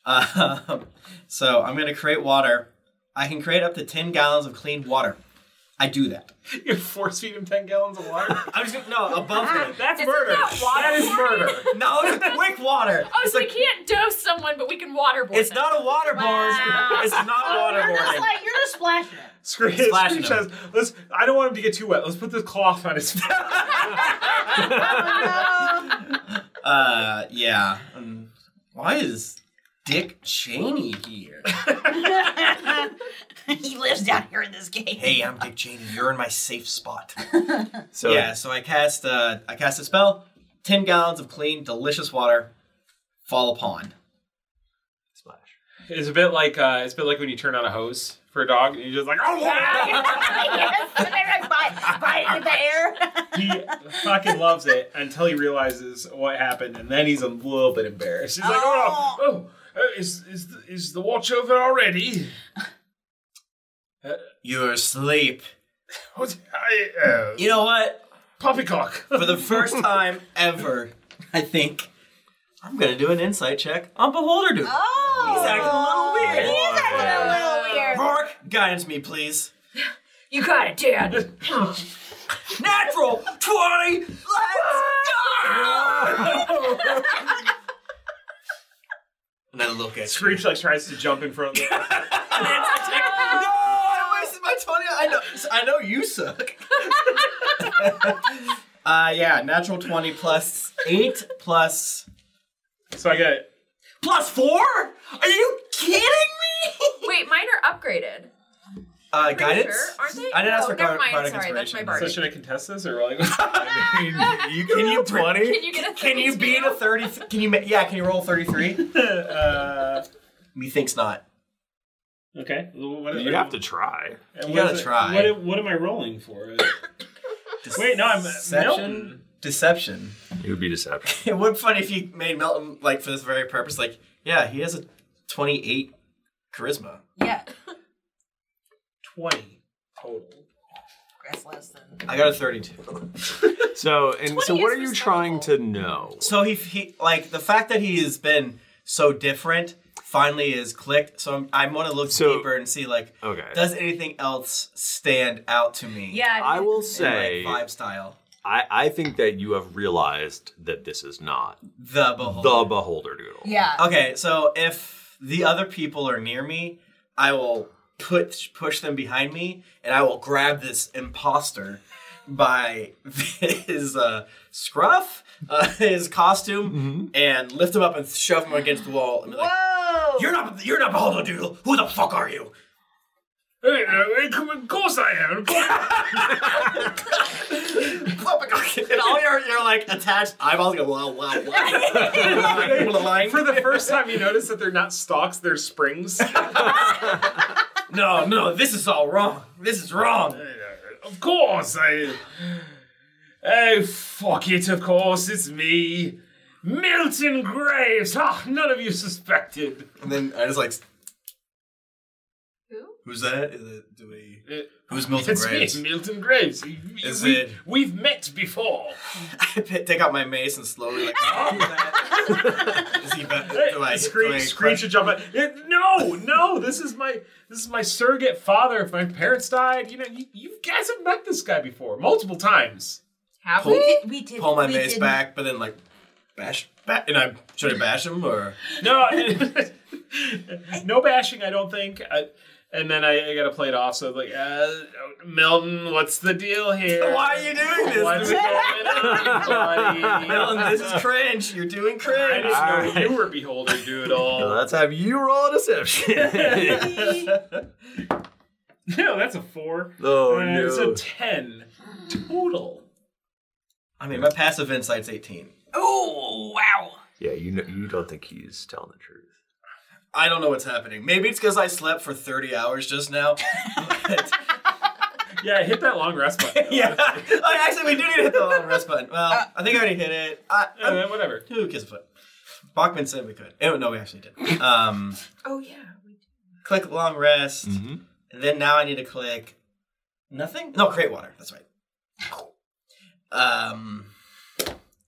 G: Um, so I'm gonna create water. I can create up to ten gallons of clean water. I do that.
B: You <laughs> force feed him <laughs> ten gallons of water.
G: I'm just gonna, no above him.
B: Ah, That's
D: Isn't
B: murder.
D: that water
B: that is murder.
D: <laughs>
G: No, it's quick water.
D: Oh, so we can't dose someone, but we can waterboard.
G: It's not a waterboard.
D: Wow.
G: It's not
B: Oh,
D: Oh,
G: waterboarding.
C: like you're just splashing.
B: Screech,
G: Splash
B: Screech
G: him.
B: has. Let's. I don't want him to get too wet. Let's put this cloth on his.
G: <laughs>
C: <laughs>
G: Uh, yeah. Um, why is Dick Cheney here?
C: he lives down here in this game.
G: Hey, I'm Dick Cheney. You're in my safe spot.
F: So-
G: yeah, so I cast uh, I cast a spell. Ten gallons of clean, delicious water fall upon.
B: It's a bit like uh, it's a bit like when you turn on a hose for a dog and you're just like, oh,
C: <laughs> yes, and they're like bite- biting at the air.
B: he fucking loves it until he realizes what happened, and then he's a little bit embarrassed. He's like, oh, no. oh, uh, is is the, is the watch over already?
G: You're asleep.
B: What? I, uh,
G: You know what?
B: Poppycock.
G: For the <laughs> first time ever, I think I'm gonna do an insight check on Beholder Dude.
C: Oh,
G: he's acting a little weird.
C: He's acting a
D: Oh,
C: little weird.
G: Rourke, guidance me, please.
D: You got it, Dad.
G: Natural 20! Let's go! And I look at
B: Screech like tries to jump in front of
D: <laughs>
B: the
G: Uh, I wasted my 20. I know, I know you suck. <laughs> Uh, yeah, natural 20 plus 8 plus.
B: So I get.
G: Plus 4? Are you kidding me?
D: Wait, mine are upgraded.
G: Uh,
D: Pretty
G: guidance?
D: sure, aren't they?
G: I didn't ask
D: No,
G: for
D: never
G: bar-
D: mind,
G: bardic
D: sorry, that's my
G: inspiration.
D: bardic.
B: So should I contest this
G: <laughs>
B: or like?
F: you
G: can you twenty?
D: Can you get a
G: Can you beat a thirty? Can you? ma- Yeah, can you roll thirty three?
B: <laughs> uh,
G: Methinks not.
B: okay. well, what-
F: You have to try.
B: And
G: You
B: what
G: gotta
B: is it-
G: try.
B: What, am- what am I rolling for? Wait, no, I'm uh, Milton.
G: Deception.
F: <laughs>
G: <laughs>
F: It would be deception.
G: It would be funny if you made Melton like for this very purpose. Like, yeah, he has a twenty eight charisma.
C: Yeah.
J: 20 total.
C: That's less than.
F: I got a 32. <laughs> so, and so what are you trying to know?
G: So he, he like the fact that he has been so different finally is clicked. So I'm, I want to look deeper and see like
F: Okay.
G: does anything else stand out to me?
D: Yeah,
F: I will
G: In,
F: say-
G: like, vibe style.
F: I, I think that you have realized that this is not
G: the beholder,
F: the beholder doodle.
C: Yeah.
G: Okay, so if the other people are near me, I will put push them behind me, and I will grab this imposter by <laughs> his uh, scruff, uh, <laughs> his costume, and lift him up and shove him against the wall. And be like,
C: Oh.
B: Whoa!
G: "You're not, you're not Beholder Doodle. Who the fuck are you?" <laughs>
B: Hey, uh, hey, come- of course I am.
G: and all your, your like attached <laughs> eyeballs go wow wow wow.
J: For the first time, you notice that they're not stalks, they're springs.
G: <laughs> no, no, this is all wrong. This is wrong.
B: Of course, I. Oh, fuck it, of course, it's me. Milton Graves! Ah, none of you suspected.
G: And then I just like.
D: Who?
G: Who's that? Is it, do we?
B: Uh,
G: Who's Milton
B: it's
G: Graves?
B: me, Milton Graves. You- you-
G: Is
B: we,
G: it-
B: We've met before.
G: <laughs> I p- take out my mace and slowly
B: <laughs>
G: like. is he back? Do I, do I
B: Screech, screech, and jump out. Eh, No, no, this is my this is my surrogate father. If my parents died, you know, you, you guys have met this guy before multiple times.
D: Have
G: Pull-
C: we? We did.
G: pull my
C: we
G: mace
C: did-
G: back, but then like bash back, and I should I bash him or?
B: No, <laughs> no bashing. I don't think. I, and then I, I got to play it off. So like, uh, Milton, what's the deal here?
G: Why are you doing this to
B: What's
G: me?
B: going on, buddy?
G: Milton, this is cringe. You're doing cringe.
B: I just know you were beholder doodle.
F: Let's have you roll a deception.
B: <laughs>
G: <laughs>
B: no, that's a four.
F: Oh,
B: Uh, It's
F: no.
B: a ten total.
G: I mean, my passive insight's 18.
B: Oh wow!
F: yeah, you know, you don't think he's telling the truth.
G: I don't know what's happening. Maybe it's because I slept for 30 hours just now.
B: <laughs> yeah, hit that long rest button.
G: <laughs> yeah. Oh, yeah, actually, we do need to hit the long rest button. Well, I think I already hit it. I,
B: uh, whatever.
G: Who gives a fuck? Bachman said we could. Oh, no, we actually did. Um,
D: Oh yeah.
G: click long rest.
F: Mm-hmm.
G: And then now I need to click nothing? No, create water. That's right. Um,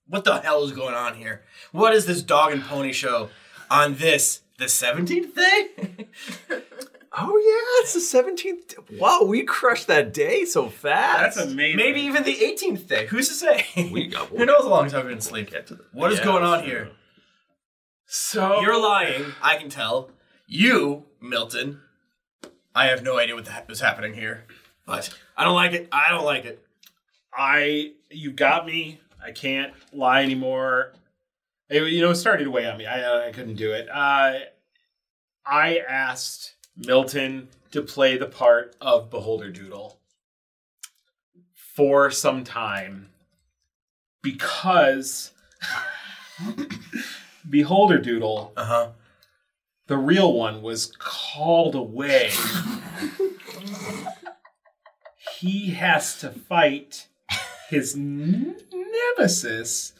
G: what the hell is going on here? What is this dog and pony show on this, the 17th day? <laughs>
F: Oh yeah, it's the seventeenth. Wow, we crushed that day so fast.
G: That's amazing. Maybe even the 18th day. Who's to say? <laughs> We got Who knows how long I've been asleep? What is
F: Yeah,
G: going on
F: that's
G: here?
B: So
G: you're lying. I can tell. You, Milton. I have no idea what the heck was happening here, but I don't like it. I don't like it.
B: I you got me. I can't lie anymore. It, you know, it started to weigh on me. I I couldn't do it. Uh, I asked Milton to play the part of Beholder Doodle for some time because Beholder Doodle,
G: uh-huh.
B: the real one, was called away. he has to fight his n- nemesis.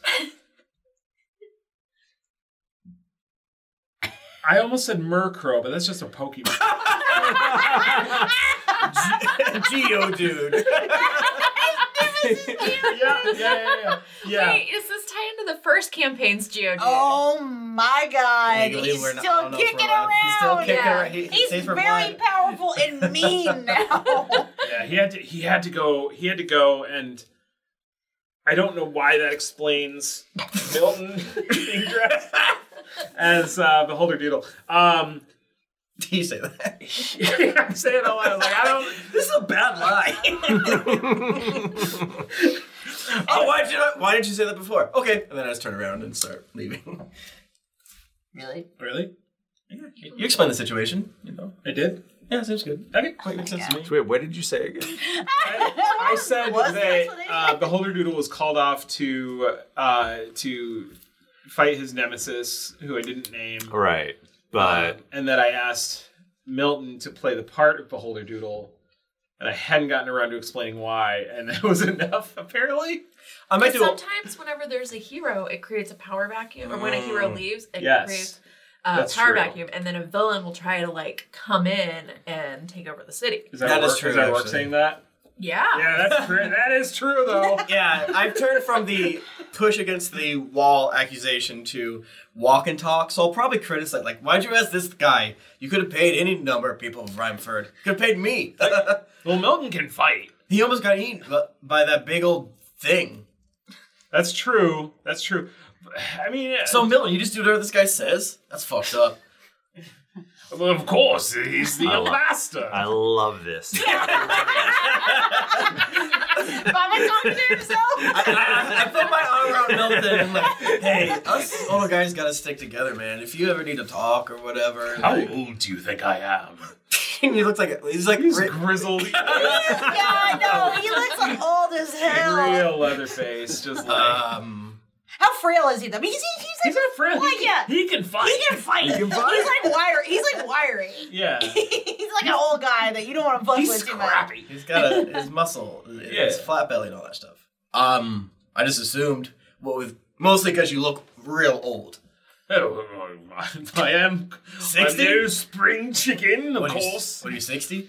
B: I almost said Murkrow, but that's just a Pokemon.
G: <laughs>
B: <laughs>
G: Geo dude.
B: yeah, yeah, yeah, yeah.
D: <laughs>
B: yeah.
D: Wait, is this tied into the first campaign's Geo?
C: Oh my god.
D: Legally,
C: he's
D: we're not- I
C: still
D: don't know if
C: kicking
D: we're allowed.
C: around.
D: He's still kicking around. He-
C: he's
G: safe for
C: very powerful and mean now.
B: Yeah, he had to he had to go he had to go and I don't know why that explains Milton <laughs> being dressed as uh, Beholder Doodle. Um
G: Do <laughs> you say that?
B: I say it a lot. I was like, I don't
G: This is a bad lie. oh, why did you not, why did you say that before? Okay, and then I just turn around and start leaving.
C: Really?
B: Really?
G: You explain the situation. You know,
B: I did.
G: Yeah, seems good.
B: Okay,
G: makes sense to me.
F: Wait, what did you say
G: <laughs>
F: again?
B: I said that uh, Beholder Doodle was called off to uh, to fight his nemesis, who I didn't name. Um,
F: Right, but
B: and that I asked Milton to play the part of Beholder Doodle, and I hadn't gotten around to explaining why, and <laughs> that was enough apparently.
G: I
D: But sometimes whenever there's a hero, it creates a power vacuum, or when a hero
B: Mm.
D: leaves, it
B: Yes.
D: creates
K: uh,
F: That's
K: power
F: true.
K: vacuum, and then a villain will try to like come in and take over the city.
F: Is that, work, Is that work saying that?
K: Yeah.
D: Ah.
F: Yeah, that's true. That is true, though.
G: <laughs> yeah, I've turned from the push against the wall accusation to walk and talk. So I'll probably criticize, like, why'd you ask this guy? You could have paid any number of people of Rhymeford. Could have paid me. <laughs>
F: well, Milton can fight.
G: He almost got eaten bu- by that big old thing.
F: That's true. That's true. I mean,
G: so Milton, you just do whatever this guy says. That's fucked up.
F: Well, of
G: Oh,
F: course, he's the
L: I lo-
F: master.
L: I love this.
C: Bobby talking to himself.
G: I, I, I put my arm around Milton and like, hey, us older guys gotta stick together, man. If you ever need to talk or whatever,
F: How
G: old do you think I am? <laughs> he looks like a, he's like <laughs>
F: grizzled.
C: yeah, I know. He looks like old as hell.
F: Real Leatherface, just like.
B: <laughs>
G: Um,
C: How frail is he though? He's, he's, he's, like, not frail. Like, yeah.
F: He can fight.
C: He can fight.
F: He can fight.
C: He's like wiry. He's like wiry. <laughs>
F: yeah.
C: He's like an old guy that you don't want to fuck with too much.
G: He's got a, his muscle, his flat belly, and all that stuff. Um, I just assumed, what with mostly because you look real old.
F: Oh, <laughs> I am.
G: sixty.
F: I'm no spring chicken, of
G: What are you-
F: course.
G: what are you sixty?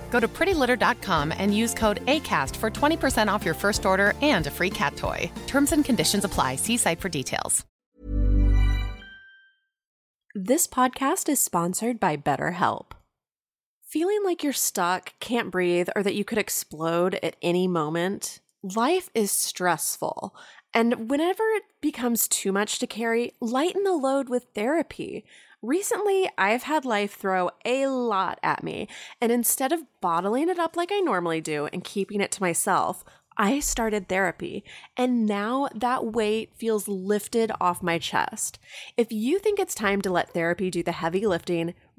M: Go to prettylitter.com and use code ACAST for 20% off your first order and a free cat toy. Terms and conditions apply. See site for details.
D: This podcast is sponsored by BetterHelp. Feeling like you're stuck, can't breathe, or that you could explode at any moment? Life is stressful. And whenever it becomes too much to carry, lighten the load with therapy. Recently, I've had life throw a lot at me, and instead of bottling it up like I normally do and keeping it to myself, I started therapy, and now that weight feels lifted off my chest. If you think it's time to let therapy do the heavy lifting,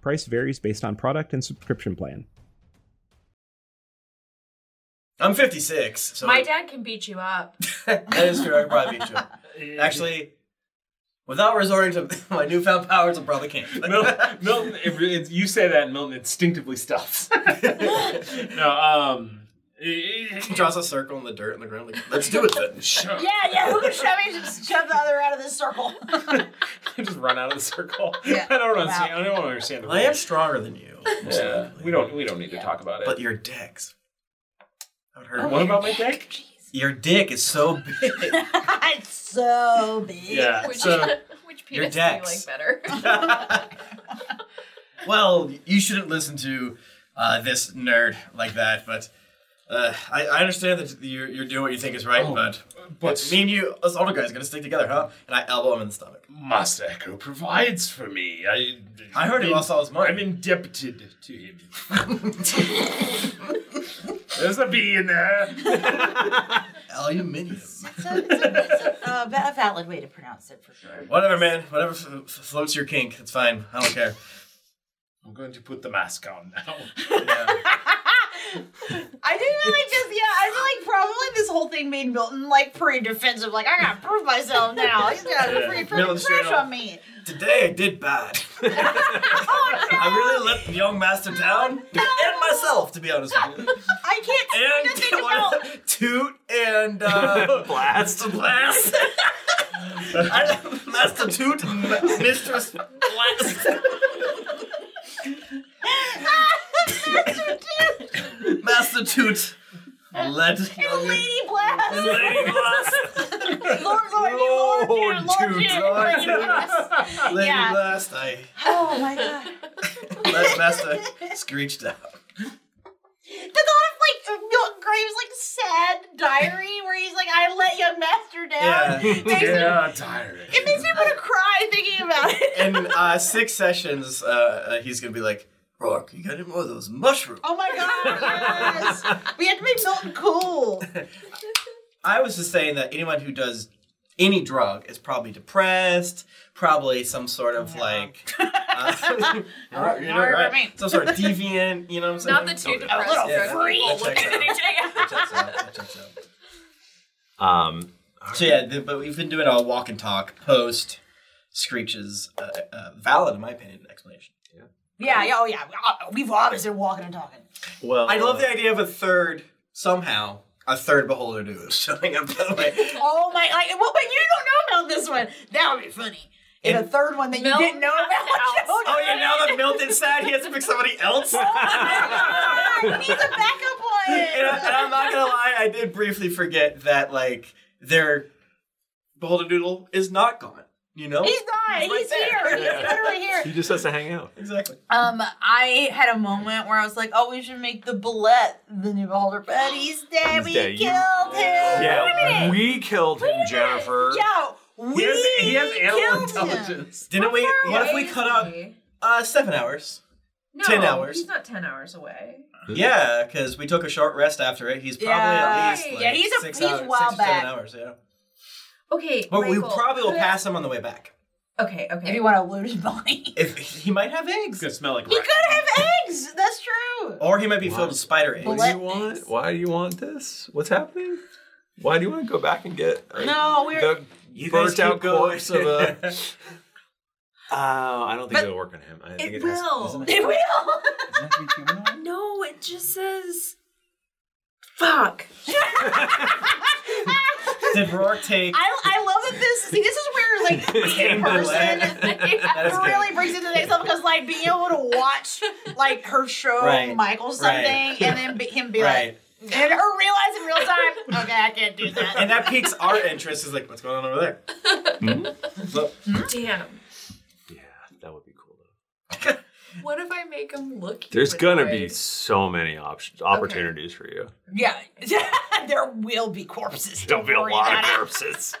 B: Price varies based on product and subscription plan.
G: I'm 56, so <laughs>
K: My dad can beat you up.
G: that is true. I could probably beat you. Actually, Without resorting to <laughs> my newfound powers, I probably can't.
B: Milton, Milton it, re- it's you say that, and Milton instinctively stops. <laughs> no, um,
G: He draws a circle in the dirt in the ground. Like, let's do it then.
B: Sure.
C: Yeah, yeah. Who can shove me? Just shove the other out of this circle.
B: <laughs> just run out of the circle. I don't understand. I don't understand. The
G: I am stronger than you.
B: Yeah, we don't. We don't need to talk about it. Oh,
G: But your dicks. That would hurt.
B: What about my dick?
G: Your dick is so big.
C: <laughs> it's so big.
G: Yeah, Which-
C: <laughs>
G: so-
D: Which
G: Your
D: penis do you like
G: decks. <laughs>
D: better?
G: well, you shouldn't listen to uh, this nerd like that, but uh, I, I understand that you're, you're doing what you think is
B: Oh,
G: right, but but me and you, us older guys, are gonna stick together, huh? And I elbow him in the stomach.
B: Master Echo provides for me. I
G: I heard he lost all his money.
B: I'm indebted to
C: <laughs>
B: him. There's a bee in there. <laughs>
G: Aluminium.
C: Uh, ba- a valid way to pronounce it for sure.
G: Whatever, man. Whatever f- f- floats your kink. It's fine. I don't care.
B: I'm going to put the mask on now.
C: I didn't really just yeah. I feel like probably this whole thing made Milton like pretty defensive. Like I gotta prove <laughs> myself now. He's got
G: Yeah.
C: a pretty, pretty
G: Milton's
C: crush
G: straight up.
C: on me.
G: Today I did
B: <laughs>
G: bad. <laughs> I really let the young master down and myself, to be honest with you.
C: <laughs> I can't stand
G: And
C: to think about.
G: Toot and uh, blast, blast. <laughs> I, master Toot, M- Mistress Blast.
C: <laughs>
G: <laughs> Master Toot, let
C: And Lady Blast.
G: Lady <laughs> Blast.
C: Lord, Lord, you Lord, Lord, Lord,
G: Toot,
C: you,
G: Lord,
C: Lord, you, <laughs> yes.
G: Lady
C: Yeah.
G: Blast, I
C: Oh my god.
G: let Master screeched out.
C: The thought of like Milton Graves like sad diary where he's like, I let young master down. Makes me-
B: tired.
C: It makes me want to cry thinking about it.
G: In uh, six sessions, uh, uh, he's gonna be like, Rourke, you got any more of those mushrooms?
C: Oh my god, yes. We had to make Milton cool.
G: I was just saying that anyone who does any drug is probably depressed, probably some sort of like. Uh, you're right, you're
D: Sorry about
G: right.
D: me. <laughs>
G: Some sort of deviant, you know what
D: Not
G: I'm saying?
D: the two depressed drug people
G: that
D: looking
G: checks
D: at each <laughs>
G: out. so yeah, the, but we've been doing a walk and talk post Screech's uh, uh, valid, in my opinion, explanation.
C: <laughs> Yeah, yeah, oh yeah. We've obviously been walking and talking.
G: Well, I love the idea of a third somehow a third beholder dude <laughs> showing up. By the way,
C: Oh my god. Well, but you don't know about this one. That would be funny. In a third one that you didn't know about.
G: oh yeah, now that
C: <laughs>
G: Milton's sad, he has to pick somebody
D: <laughs>
G: else.
D: Oh,
C: He's a backup one.
G: and, I, and I'm not gonna lie, I did briefly forget that like their Boulder Doodle is not gone. You know,
C: He's not. He's,
G: right there.
C: here. He's literally here.
G: He
F: just has to hang out.
G: <laughs> Exactly.
C: Um, I had a moment where I was like, "Oh, we should make the bullet the new beholder, but he's dead.
F: He's
C: we
F: dead. You-
C: killed him. Wait a
F: Yeah,
C: minute.
F: we killed him, Jennifer.
C: Yo, we killed him.
G: Didn't we?
D: How far
G: What if
D: away
G: we
D: is
G: cut up
D: he?
G: uh, seven hours?
D: No,
G: ten hours.
D: He's not ten hours away.
G: Yeah, because we took a short rest after it. He's probably
D: Yeah.
G: at least like
D: Yeah, he's a-
G: six
D: he's
G: hours,
D: while
G: six to seven
D: back.
G: hours. Yeah,
D: Okay,
G: but we
D: Michael,
G: probably will
D: could-
G: pass him on the way back. <laughs>
D: Okay, okay.
C: If you want to loot his body,
G: If he might have eggs, could
B: smell like
C: <laughs> he could have eggs. That's true.
G: or he might be filled with spider eggs.
F: What do you want? Why do you want this? What's happening? Why do you want to go back and get uh,
C: No, we're-
F: the
C: You guys
F: burnt out
C: keep going.
F: corpse of a?
C: <laughs>
F: uh, Oh, I don't think it'll work on him. I think
D: It
F: it has-
D: will.
F: doesn't
D: It will. No, it just says. Fuck.
G: <laughs>
C: <laughs>
G: Did Rourke take?
C: I, I love that this. See, this is
N: <laughs>
C: where like being a person <laughs>
G: That's good.
C: really brings it to the next level because like being able to watch like her show
G: Right.
C: Michael something
G: Right.
C: and then be, him be
G: Right.
C: like, and her realize in real time, okay, I can't do that.
G: and that piques our interest. Is like, what's going on over there? So-
D: Damn.
F: That would be cool.
D: What if I make him look?
F: There's
D: human
F: gonna
D: for
F: be
D: it?
F: so many options, opportunities for you.
C: Yeah, <laughs> there will be <laughs> corpses.
F: There'll be a
C: worry
F: lot
C: about
F: of
C: it.
F: corpses.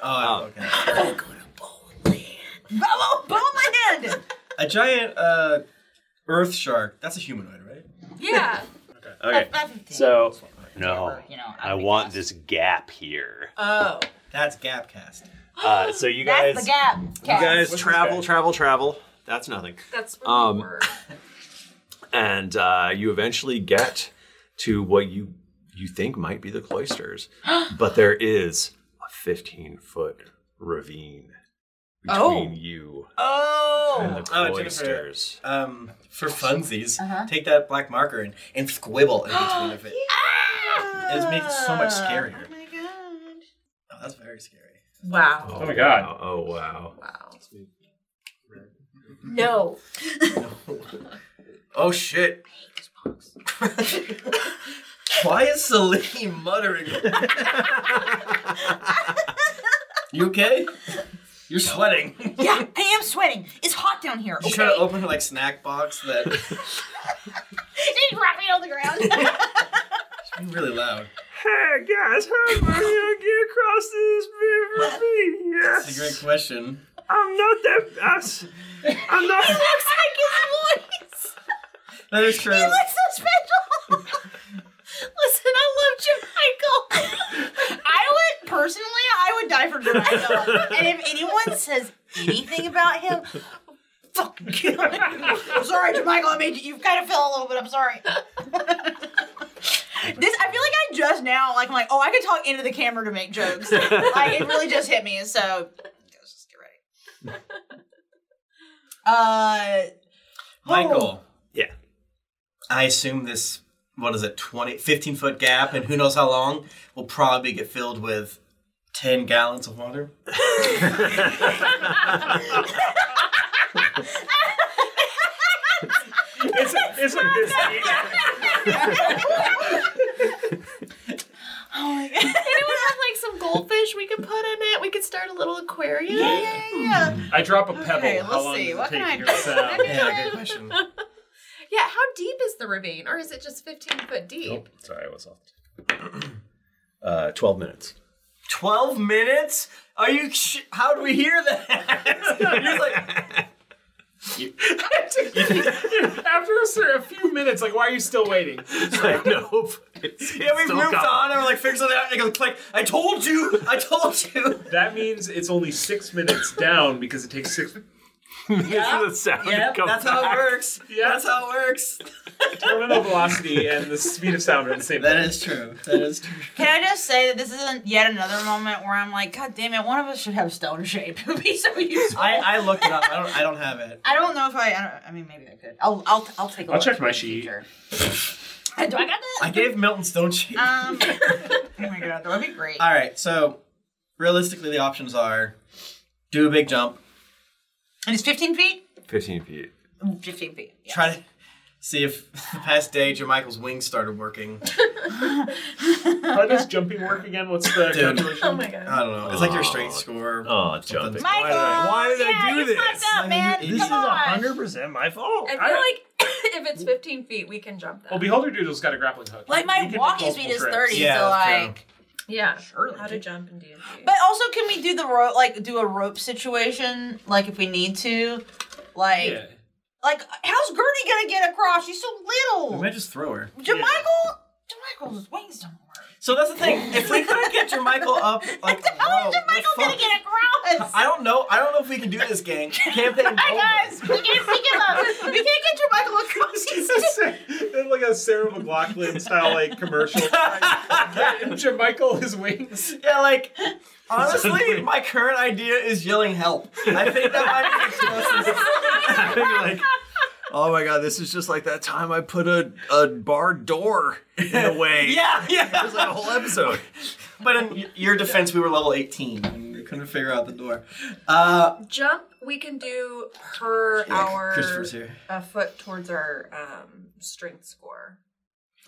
F: Um,
G: Oh, okay.
C: Bobo Bowman!
G: A giant uh, earth shark. That's a humanoid, right?
D: Yeah.
N: Okay. So, no, I want this gap
C: <gasps>
N: here.
D: Oh.
G: That's Gapcast.
N: Uh, so you guys,
C: That's the gap.
N: you guys
F: What's this
N: travel,
F: guy? travel, travel. That's nothing.
D: That's what
F: Um,
D: we were.
F: and uh, you eventually get to what you you think might be
D: <gasps>
F: the cloisters, but there is a 15 foot ravine
D: Oh.
F: between you and the
G: Oh, oh, Jennifer.
F: cloisters.
G: Um, for funsies,
C: Uh-huh.
G: take that black marker and, and squibble in between of
C: <gasps>
G: it. It makes it so much scarier.
C: Oh my god.
G: Oh, that's very scary.
D: Wow.
G: Oh my God.
F: wow. Oh wow.
D: Wow.
G: <laughs>
C: <laughs>
D: No.
G: Oh shit. Why is Selene muttering? you okay? You're sweating.
C: yeah, I am sweating. It's hot down here.
G: She's
C: Okay.
G: trying to open her like snack box that
C: She's dropping it on the ground. <laughs>
G: really loud.
A: Hey guys, how am I gonna get across this river? Yes.
G: That's a great question.
A: I'm not that. I'm, I'm
C: <laughs>
A: not.
C: he looks like his voice.
G: That is true.
C: He looks so special. <laughs> Listen, I love Jamaica. I would personally, I would die for Jamaica. and if anyone says anything about him, fucking kill him. I'm sorry, Jamaica. I made you. You've got to feel a little bit. I'm sorry. This, I feel like I just now, like, I'm like, oh, I could talk into the camera to make jokes. like, it really just hit me. So, uh,
G: Michael.
F: Yeah.
G: I assume this, what is it, 20, 15 foot gap, and who knows how long, will probably get filled with 10 gallons of water.
A: It's a, it's a
D: <laughs>
C: Oh my god.
D: Anyone have like some goldfish we could put in it? We could start a little aquarium.
B: Yeah,
C: yeah.
B: I drop a pebble.
D: Okay,
B: How
D: let's
B: long
D: see.
B: does it
D: What
B: take
D: can I do?
B: to get sound?
G: Yeah, good question.
D: <laughs> Yeah, how deep is the ravine? Or is it just 15 foot deep?
F: Sorry, I was off. <clears throat> Uh, twelve minutes.
G: 12 minutes? Are you, sh- how do we hear that? You're like,
B: After a, cer- a few minutes, like, why are you still waiting?
F: nope. <laughs>
G: yeah, we've moved on, and we're like, figures it out, and it goes click. I told you! I told you!
B: That means it's only six minutes down because it takes six.
G: Yeah, yep, that's how it works.
A: Yeah.
G: That's how it works.
B: Terminal velocity and the speed of sound are the same.
G: That is true. That is true.
C: Can I just say that this isn't yet another moment where I'm like, God damn it, one of us should have stone shape. <laughs> It would be so useful.
G: I, I looked it up. I don't, I don't have it.
C: I don't know if I. I, don't, I mean, maybe I could. I'll. I'll. I'll take a
G: I'll
C: look.
G: check my
B: sheet.
C: Do I got that?
G: I gave Milton Stone Shape. <laughs>
C: Um. oh my god, that would be great.
G: All right, so realistically, the options are do a big jump,
C: And it's 15 feet.
F: Fifteen feet.
C: Mm, 15 feet.
G: try to see if the past day Jermichael's wings started working.
B: How does jumping work again? What's the
G: Dude.
B: calculation?
G: Oh my
B: god.
G: I don't know. It's like your strength
F: Aw.
G: score.
F: Oh, jumping.
G: Why did I- why did I
A: yeah,
G: do
A: you
G: this?
A: fucked
G: I
A: Up,
G: mean,
A: man. Come
G: you- this is
A: on.
B: 100% my fault.
D: I feel like <coughs> if it's 15 feet, we can jump
G: Oh.
D: that.
B: Well, Beholder Doodle's got a grappling hook.
C: Like
B: You
C: my
B: can do
C: walking
B: multiple
C: speed is
B: trips.
C: 30, so like.
D: yeah. How to jump and do
C: But also, can we do the rope? Like, do a rope situation? Like, if we need to, like.
G: Yeah.
C: Like, how's Gertie gonna get across? She's so
G: We
C: little.
G: might just throw her.
C: Jermichael, Jermichael's wings don't.
G: So that's the thing. If we couldn't get Jermichael
C: <laughs>
G: up, like, how is Jermichael
C: gonna get across?
G: I don't know. I don't know if we can do this, gang.
C: <laughs>
G: Campaign over.
C: guys, we can't pick him up. <laughs> We can't get Jermichael across.
G: <laughs>
C: He's <laughs>
B: It's like a Sarah McLaughlin style like
G: <laughs>
B: commercial. Jermichael, his wings.
G: Yeah, like honestly, my current idea is yelling help. I think that might be the closest.
F: like, oh my god, this is just like that time I put a, a bar door in
G: <laughs>
F: a way.
G: Yeah, yeah.
F: There's like a whole episode.
G: But in y- your defense, we were level 18 and we couldn't figure out the door. Uh,
D: Jump we can do per
G: Yeah,
D: hour
G: Christopher's here.
D: a foot towards our um, strength score.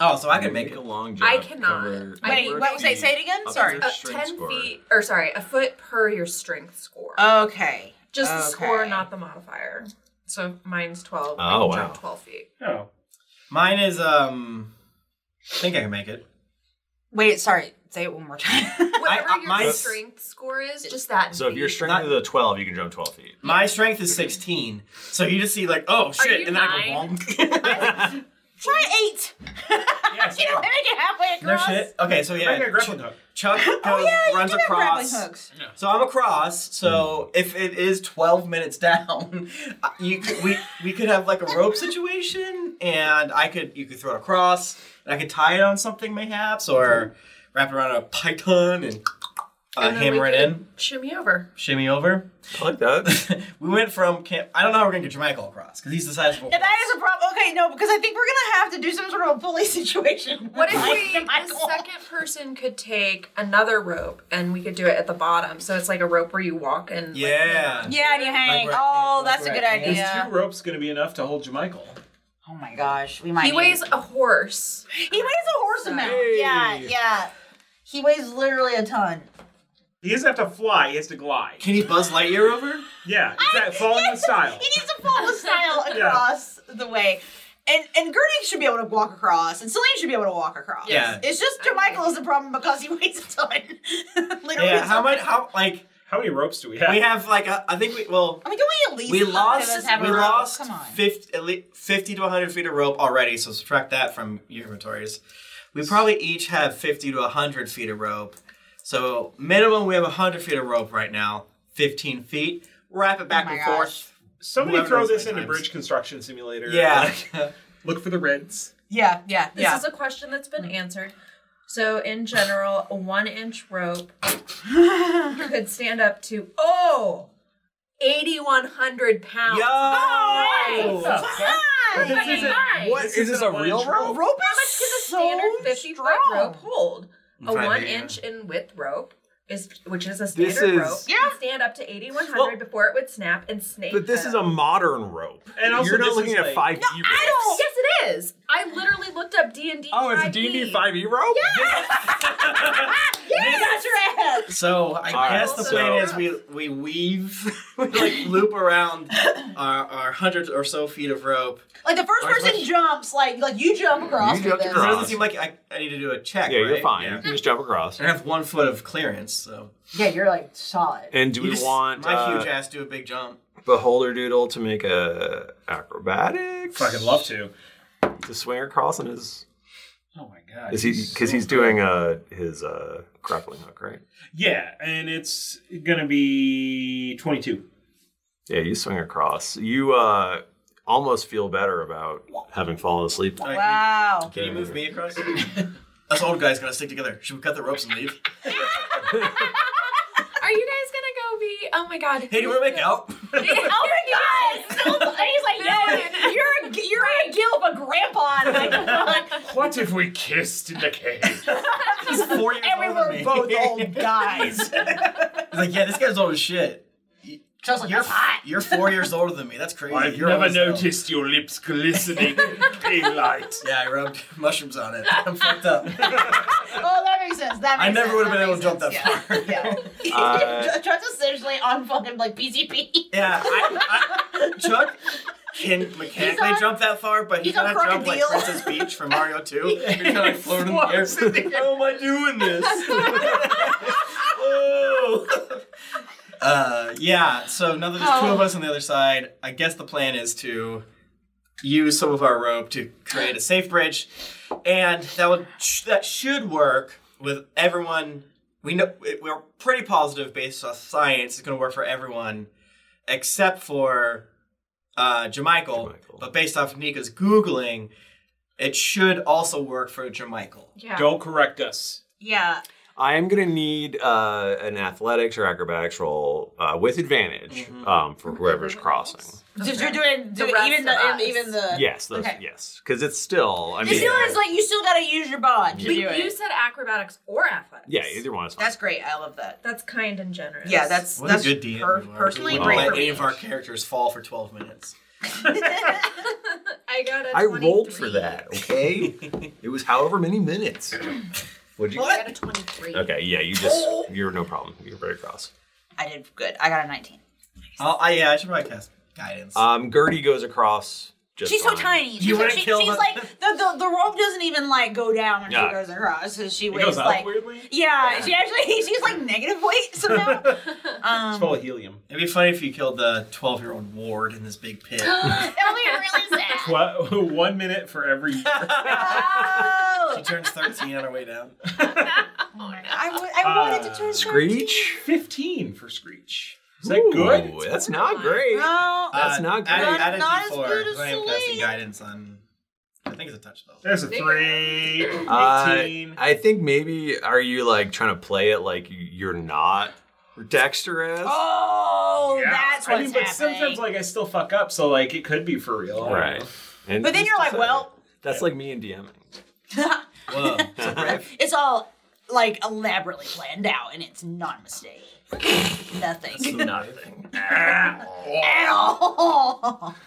G: oh, so I can make it.
F: a long
D: I cannot. I
C: Wait, what was I? Say it again. Sorry.
D: Uh, ten feet, or sorry, a foot per your strength score.
B: Oh,
C: Okay.
D: Just the
C: Okay.
D: score, not the modifier. So mine's twelve. I
G: Oh,
D: can
G: wow.
D: Jump twelve feet.
G: Oh. Mine is um. I think I can make it.
C: Wait, sorry. Say it one more time.
D: Whatever your
G: my-
D: strength score is, just that.
F: So if your strength is a 12, you can jump 12 feet.
G: My strength is 16, so you just see like, oh shit, and then I go wonk.
C: Try eight. <laughs> you know, I make it halfway
G: No
C: across.
G: shit. Okay, so yeah,
C: Make a grappling
G: Ch- Chuck goes, runs
C: have grappling
G: across.
C: hooks. Yeah.
G: So I'm across. So if it is 12 minutes <laughs> down, uh, you could, we we could have like a rope situation, and I could you could throw it across, and I could tie it on something mayhaps, or wrap it around a python and Uh,
D: And then we
G: hammer it
D: could
G: in,
D: Shimmy over.
G: shimmy over.
F: I like that.
G: <laughs> we went from camp. I don't know how we're gonna get Jermichael across because he's the size of a.
C: Yeah, that is a problem. Okay, no, because I think we're gonna have to do some sort of a pulley <laughs> situation.
D: What if we, the second person could take another rope and we could do it at the bottom? So it's like a rope where you walk and.
G: Yeah.
C: Yeah, and you hang.
D: Like right-
C: oh,
D: like
C: that's a
D: right
C: good
D: hand.
C: idea.
O: Two ropes going to be enough to hold Jermichael.
C: Oh my gosh, we might.
D: He
C: need-
D: weighs a horse.
C: He weighs a horse amount. Yeah, yeah. He weighs literally a ton.
O: He doesn't have to fly, he has to glide.
G: Can he Buzz Lightyear over?
O: Yeah, exactly. Following the style.
C: He needs to follow the style
O: Yeah.
C: across the way. And and Gertie should be able to walk across, and Celine should be able to walk across.
G: Yeah.
C: It's just Jermichael is the problem because he weighs a ton. literally.
G: Yeah.
C: a
G: How
C: ton.
G: much? How like?
O: How many ropes do we
G: have? We have like a, I think we well.
C: I mean, do we at least
G: we
C: both of
G: lost
C: us have a
G: we
C: rope?
G: lost
C: Come on.
G: 50, at least 50 to 100 feet of rope already so subtract that from your inventories we probably each have 50 to 100 feet of rope so minimum we have 100 feet of rope right now 15 feet wrap it back
O: Oh my
G: and
O: gosh.
G: forth
O: Somebody
G: Whoever
O: throw
G: knows
O: this
G: my
O: into
G: times.
O: Bridge Construction Simulator.
G: Yeah.
O: Like, <laughs> look for the reds.
C: Yeah, yeah,
D: This
C: yeah.
D: is a question that's been answered. So, in general, a one inch
C: <laughs>
D: rope could stand up to, oh, 8,100 pounds.
C: Yo!
D: Oh,
C: What the
D: nice. Nice.
C: fuck? This is a- what-
D: Nice.
C: is this a real
D: one-inch
C: rope? Rope
D: How
C: is
D: much can a
C: so
D: standard 50 foot rope hold? A
G: Five,
D: one
G: yeah.
D: inch in width rope. Is, which is a
F: This
D: standard rope.
F: is-
D: would stand up to 8,100 before it would snap and snake.
F: But this
D: the-
F: is a modern rope.
O: And also
F: You're not
O: this
F: looking
O: is
F: at
O: like-
F: 5D
O: No,
F: rope.
D: I don't. Yes, it is. I literally looked up D E. and D.
F: Oh, it's a D&D 5e rope?
C: Yes, your ass.
G: so i
F: All right,
G: guess the
F: so-
G: plan is we we weave <laughs> we like loop around our, our 100 or so feet of rope
C: Like the first
G: Ours
C: person jumps, like like you jump across. with this.
G: It doesn't seem like I, I need to do a check
F: Yeah, you're
G: right?
F: fine. You can just jump across.
G: I have one foot of clearance, so.
C: Yeah, you're like solid.
F: And do we want
G: my
F: uh,
G: huge ass do a big jump?
F: Beholder Doodle to make a acrobatics?
G: Fucking
O: love to.
F: To swing across on his.
O: Oh my god.
F: Is he because he's doing uh his uh grappling hook, right?
O: Yeah, and it's gonna be twenty-two.
F: Yeah, you swing across. You uh almost feel better about having fallen asleep.
C: Wow.
G: Can you move me across? Us old guys gotta stick together. <laughs> Should we cut the ropes and leave?
D: Are you guys gonna go be? Oh my god.
G: Hey, do you
D: <laughs>
G: wanna make out?
C: oh my god! And he's like, yo, you're a- you're in a guild of a grandpa. And I'm like,
B: <laughs>
C: fuck.
O: What if we kissed in the cave?
G: He's four years
C: and we were both old guys.
G: He's like, yeah, this guy's old as shit.
C: Just like,
G: you're,
C: that's hot.
G: you're four years older than me. That's crazy.
O: I've
G: You're
O: never
G: old as hell.
O: noticed your lips glistening in daylight.
G: <laughs> Yeah, I rubbed mushrooms on it. I'm fucked up.
C: Oh, that makes sense. That
G: I
C: makes
G: never would have been able to jump that far.
C: sense. Yeah. yeah.
G: Uh,
C: Trent's essentially on fucking like PCP.
G: Yeah, Chuck can mechanically
C: He's a-
G: jump that far, but he
C: he's a
G: cannot jump like
C: crocodile.
G: Princess Peach from Mario
C: <laughs>
G: 2. He kind of like floating in the air. How am I doing this?
C: <laughs>
G: oh. Uh, yeah, so now that there's two
C: Oh.
G: of us on the other side, I guess the plan is to use some of our rope to create a safe bridge, and that would that should work with everyone. We know we're pretty positive based off science it's going to work for everyone except for uh, Jermichael, But based off of Nika's googling, it should also work for Jermichael.
C: Yeah. Don't
F: correct us.
C: Yeah.
F: I am gonna need uh, an athletics or acrobatics roll uh, with advantage um, for whoever's crossing.
C: Just you're doing do it, even the even the
F: Yes, those,
C: okay.
F: yes, because it's still. I
C: It
F: mean,
C: still is like you still gotta use your bod. to
D: Wait,
C: do it.
D: you said acrobatics or athletics.
F: yeah, either one is fine.
C: That's great. I love that.
D: That's kind and generous.
C: Yeah, that's-
G: What a good DM.
C: per-
G: you are.
C: personally
G: We
F: great
G: Let
F: for
G: any of our characters fall for 12 minutes.
D: <laughs> I got a.
F: I
D: 20
F: rolled for that. Okay, it was however many minutes. Would you?
D: I got a twenty-three.
F: Okay, yeah, you just
C: Oh.
F: you're no problem. You're very cross.
C: I did good. I got a 19.
G: Oh, I, yeah, I should probably cast guidance.
F: Um, Gertie goes across. Just
C: she's
F: fine.
C: so tiny. She's,
F: wouldn't
C: she,
F: kill
C: she's
F: the-
C: like the, the the rope doesn't even like go down when
F: Yeah.
C: she goes across. So she
F: It
C: weighs
F: goes up
C: like
F: weirdly?
C: Yeah, she actually <laughs> she's like negative
F: <laughs>
C: weight somehow. um,
G: full of helium. It'd be funny if you killed the 12 year old ward in this big
C: <gasps>
G: pit.
C: that would be really
G: <laughs>
C: sad.
G: Tw- one minute for
C: <laughs>
G: every. <laughs>
C: Oh,
G: she turns 13 on her <laughs> way
C: <laughs>
G: down.
C: I, w-
B: Uh,
C: I wanted to turn
F: Uh, Screech?
O: 15 for Screech. Is that good?
F: That's not great.
C: No.
G: Uh,
F: That's not great.
G: Add, add a
C: Not as
G: D4.
C: good as
G: I am casting guidance on. I think it's a touch though.
B: There's a three.
F: Uh,
B: 18.
F: I think maybe are you like trying to play it like you're not Dexter is?
C: Oh, that's what's
B: I mean, but sometimes like I still fuck up, so like it could be for real.
F: Right. And
C: But then you're like, well,
F: that's like me and DMing.
G: <laughs>
F: <laughs>
G: Whoa.
C: it's all like elaborately planned out, and it's not a mistake. Nothing.
F: Nothing.
C: At all.
F: <laughs>
C: <laughs>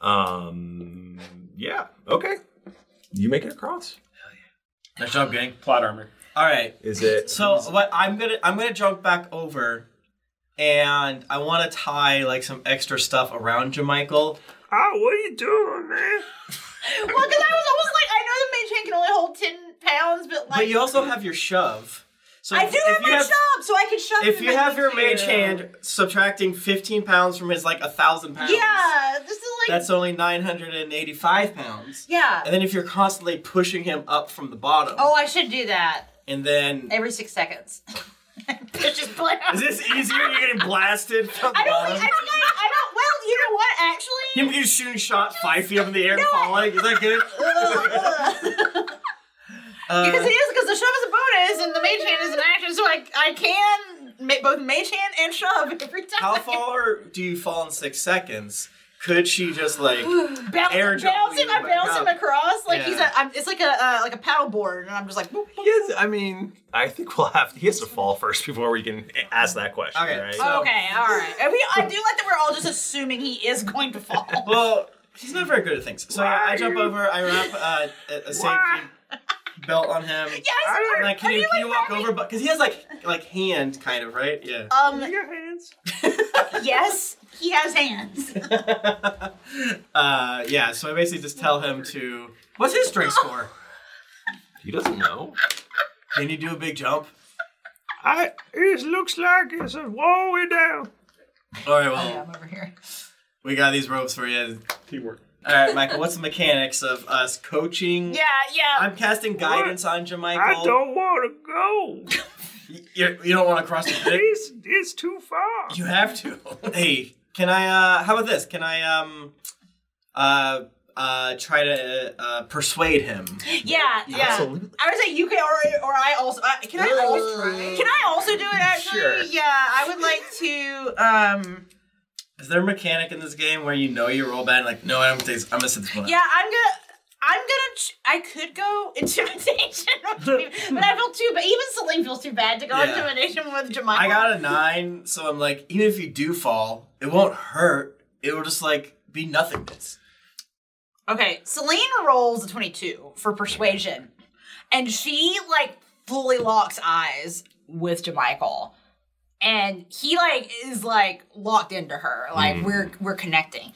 F: Um. Yeah. Okay. You make it across.
G: Nice job, gang.
B: Plot armor.
G: All right.
F: Is it?
G: So what I'm gonna I'm gonna jump back over, and I want to tie like some extra stuff around Jamichael.
F: Ah, what are you doing, man?
C: well, because I was almost like, I know the mage hand can only hold ten pounds, but like,
G: But you also have your shove. So
C: I
G: if-
C: do
G: if
C: have
G: you
C: my shove, so I can shove.
G: If
C: him
G: you
C: in
G: have
C: the
G: your mage
C: too.
G: hand, subtracting 15 pounds from his like a thousand pounds.
C: yeah, this is like
G: That's only 985 pounds.
C: yeah.
G: And then if you're constantly pushing him up from the bottom,
C: oh, I should do that
G: and then
C: every six seconds. <laughs> It's just play.
G: is this easier? You're
C: <laughs>
G: getting blasted from the
C: I don't
G: bottom.
C: think I, think I, I don't. Well, you know what? Actually,
G: Him being shooting shot five feet up in the air and falling. Is that
C: <laughs>
G: good? <laughs> Uh,
C: because it is because the shove is a bonus and the mage hand is an action, so I I can make both mage hand and shove every time.
G: How far do you fall in six seconds? Could she just like
C: <sighs> bounce,
G: air jump
C: bounce him,
G: you Oh
C: I
G: back
C: bounce him
G: up?
C: across like he's
F: Yeah.
C: a. I'm, it's like a uh, like a paddle board, and I'm just like. boop, boop.
F: Yes, I mean, I think we'll have. He has to fall first before we can ask that question.
G: Okay,
F: Right?
C: okay, all right. And we, I do like that we're all just assuming he is going to fall.
G: Well, he's not very good at things. So yeah, I jump over, I wrap uh, a, a safety belt on him. <laughs> Yes, and like, can you, can you walk over? But because he has like like hand kind of right, yeah.
C: Um, hands. <laughs> yes, he has hands.
G: Uh, yeah. So I basically just tell him to. What's his strength score?
F: He doesn't know.
G: Can you do a big jump?
P: I, it looks like it's a wall way down.
G: All right, well, I'm over
C: here.
G: We got these ropes for you. Teamwork. All right, Michael. What's the mechanics of us coaching?
C: Yeah, yeah.
G: I'm casting guidance on Jamichael.
P: I don't want to go.
G: You're, you don't want to cross the
P: <laughs>
G: bridge.
P: it's, it's too far.
G: You have to. <laughs> hey, can I? uh How about this? Can I um uh uh try to uh, persuade him?
C: Yeah, yeah.
G: Absolutely.
C: I would say you can, or, or I also. I can I also? Can I also do it? Actually,
G: Sure.
C: yeah. I would like to. Um,
G: Is there a mechanic in this game where you know you roll bad? And like, no, I'm gonna take this- I'm gonna sit this one. out?
C: yeah, I'm gonna. I'm gonna. Ch- I could go <laughs> intimidation,
G: <laughs>
C: but I feel too. But even Celine feels too bad to go
G: Yeah.
C: intimidation with Jemima.
G: I got a nine, so I'm like, even if you do fall, it won't hurt. It will just like be nothingness.
C: Okay, Celine rolls a 22 for persuasion, and she like fully locks eyes with Jamichael, and he like is like locked into her. Like
Q: Mm.
C: we're we're connecting.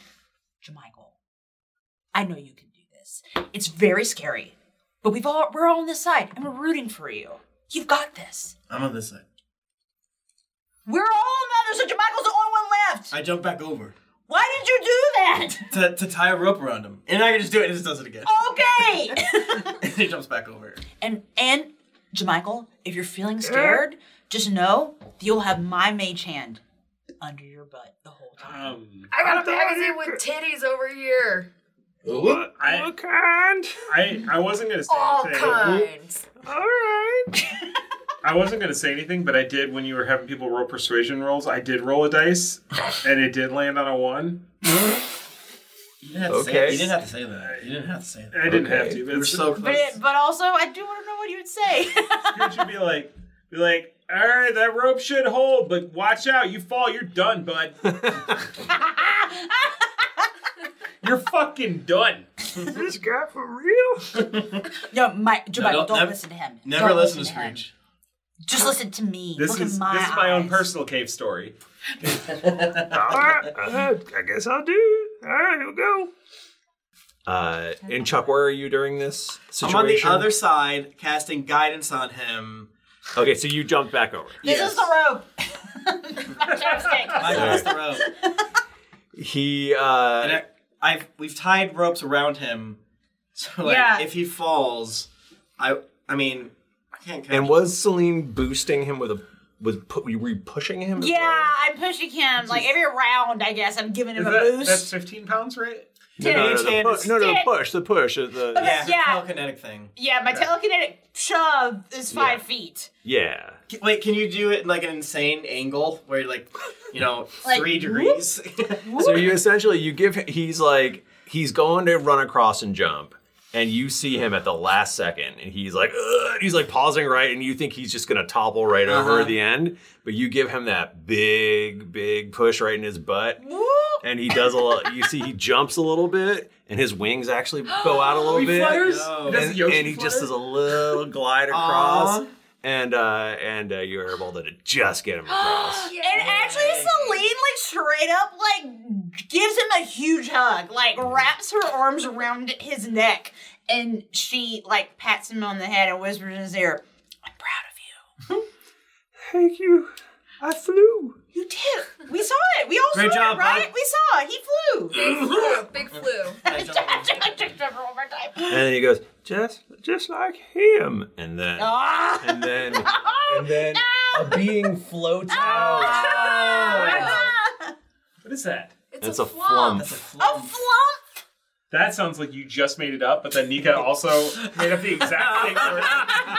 C: Jamichael, I know you can do this. It's very scary, but we've all we're all on this side, and we're rooting for you. You've got this.
G: I'm on this side.
C: We're all on the other side. Jamichael's the only one left.
G: I jump back over
C: Why did you do that?
G: to, to tie a rope around him, and I can just do it. and It just does it again.
C: Okay. Oh.
G: and <laughs> he jumps back over.
C: <laughs> And and Jamichael, if you're feeling scared, just know that you'll have my mage hand under your butt the whole time.
D: <laughs> I got a magazine with titties over here.
B: What,
P: kind?
B: I I wasn't gonna say
D: All
B: anything.
D: kinds.
P: All right.
B: I wasn't gonna say anything, but I did when you were having people roll persuasion rolls. I did roll a dice, and it did land on a one.
G: You didn't have to say
B: Okay.
G: it. You didn't have to say that. You didn't have to say that.
B: I didn't have to.
G: We were so
C: But
G: close.
C: it, but also, I do want to know what you would <laughs> say.
B: It should be like, be like, all right, that rope should hold, but watch out, you fall, you're done,
G: <laughs>
B: bud. you're fucking done.
P: this guy for real?
C: no, my, Jamichael,
B: No,
C: don't,
B: don't- nev-
C: listen to him.
B: never
C: Don't
B: listen to
C: him.
B: Screech.
C: Just listen to me.
B: This
C: Look
B: is
C: at my
B: this is my own personal cave story.
P: Alright, uh, I guess I'll do it. All right, here we go.
F: Uh, and Chuck, where are you during this situation?
G: I'm on the other side, casting guidance on him.
F: Okay, so you jumped back over.
C: This is the <laughs> rope. Chapstick.
G: I cast the rope.
F: He. uh
G: and I, I've we've tied ropes around him, <laughs> so like
F: Yeah.
G: if he falls, I I mean I can't. catch
F: And was Celine boosting him with a? Was pu- were you pushing him?
C: Yeah, I'm pushing him. Like every round, I guess I'm giving him a boost.
B: fifteen pounds, right?
F: No, no, no, the, pu- no, no, the push, the push. uh, The,
C: Okay, Yeah. yeah.
G: telekinetic thing.
C: Yeah, my telekinetic shove is five feet. <gasps>
F: Yeah.
G: Wait, can you do it in like an insane angle where you're like, you know,
C: <laughs> Like,
G: three
C: whoop.
G: degrees? <laughs>
F: So you essentially you give he's like he's going to run across and jump, and you see him at the last second, and he's like "Ugh," and he's like pausing right, and you think he's just gonna topple right over
G: Uh-huh.
F: at the end, but you give him that big big push right in his butt, and he does a little. you see he jumps a little bit. And his wings actually go out a little
B: <gasps> He
F: bit,
B: flutters? He
F: and,
B: does the Yoshi
F: and he just
B: flutter?
F: does a little glide across, and uh, and uh, you're able to just get him
C: and actually, Celine like straight up like gives him a huge hug, like wraps her arms around his neck, and she like pats him on the head and whispers in his ear,
P: Thank you. I flew.
C: "You did. We saw it. We all
P: Great
C: saw
P: job,
C: it, right?
P: bud.
C: We saw it. He
F: <laughs>
C: flew.
D: Big
C: <laughs>
D: flu.
F: And then he goes, just just like him. And then
C: Ah.
F: and
C: <laughs>
F: then and then a being floats
C: Ah!
B: What is that?
F: It's It's a a flump. flump.
B: That's a
C: flump.
B: That sounds like you just made it up, but then Nika also made up the exact same word.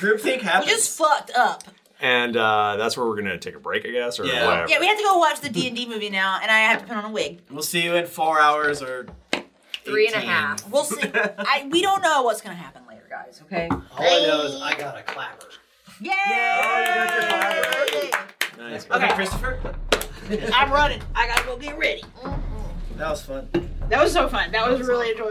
G: Groupthink
C: You just fucked up.
F: And uh, that's where we're gonna take a break, I guess, or
G: Yeah.
F: whatever.
C: Yeah, we have to go watch the D and D movie now, and I have to put on a wig.
G: We'll see you in four hours or
C: Three and a half. We'll see. I we don't know what's gonna happen later, guys. Okay. All
G: I know is I got a clapper.
C: Yay!
G: Oh,
F: Nice.
G: Okay, Christopher.
C: I'm running. I gotta go get ready.
G: That was fun.
C: That was so fun. That was really enjoyable.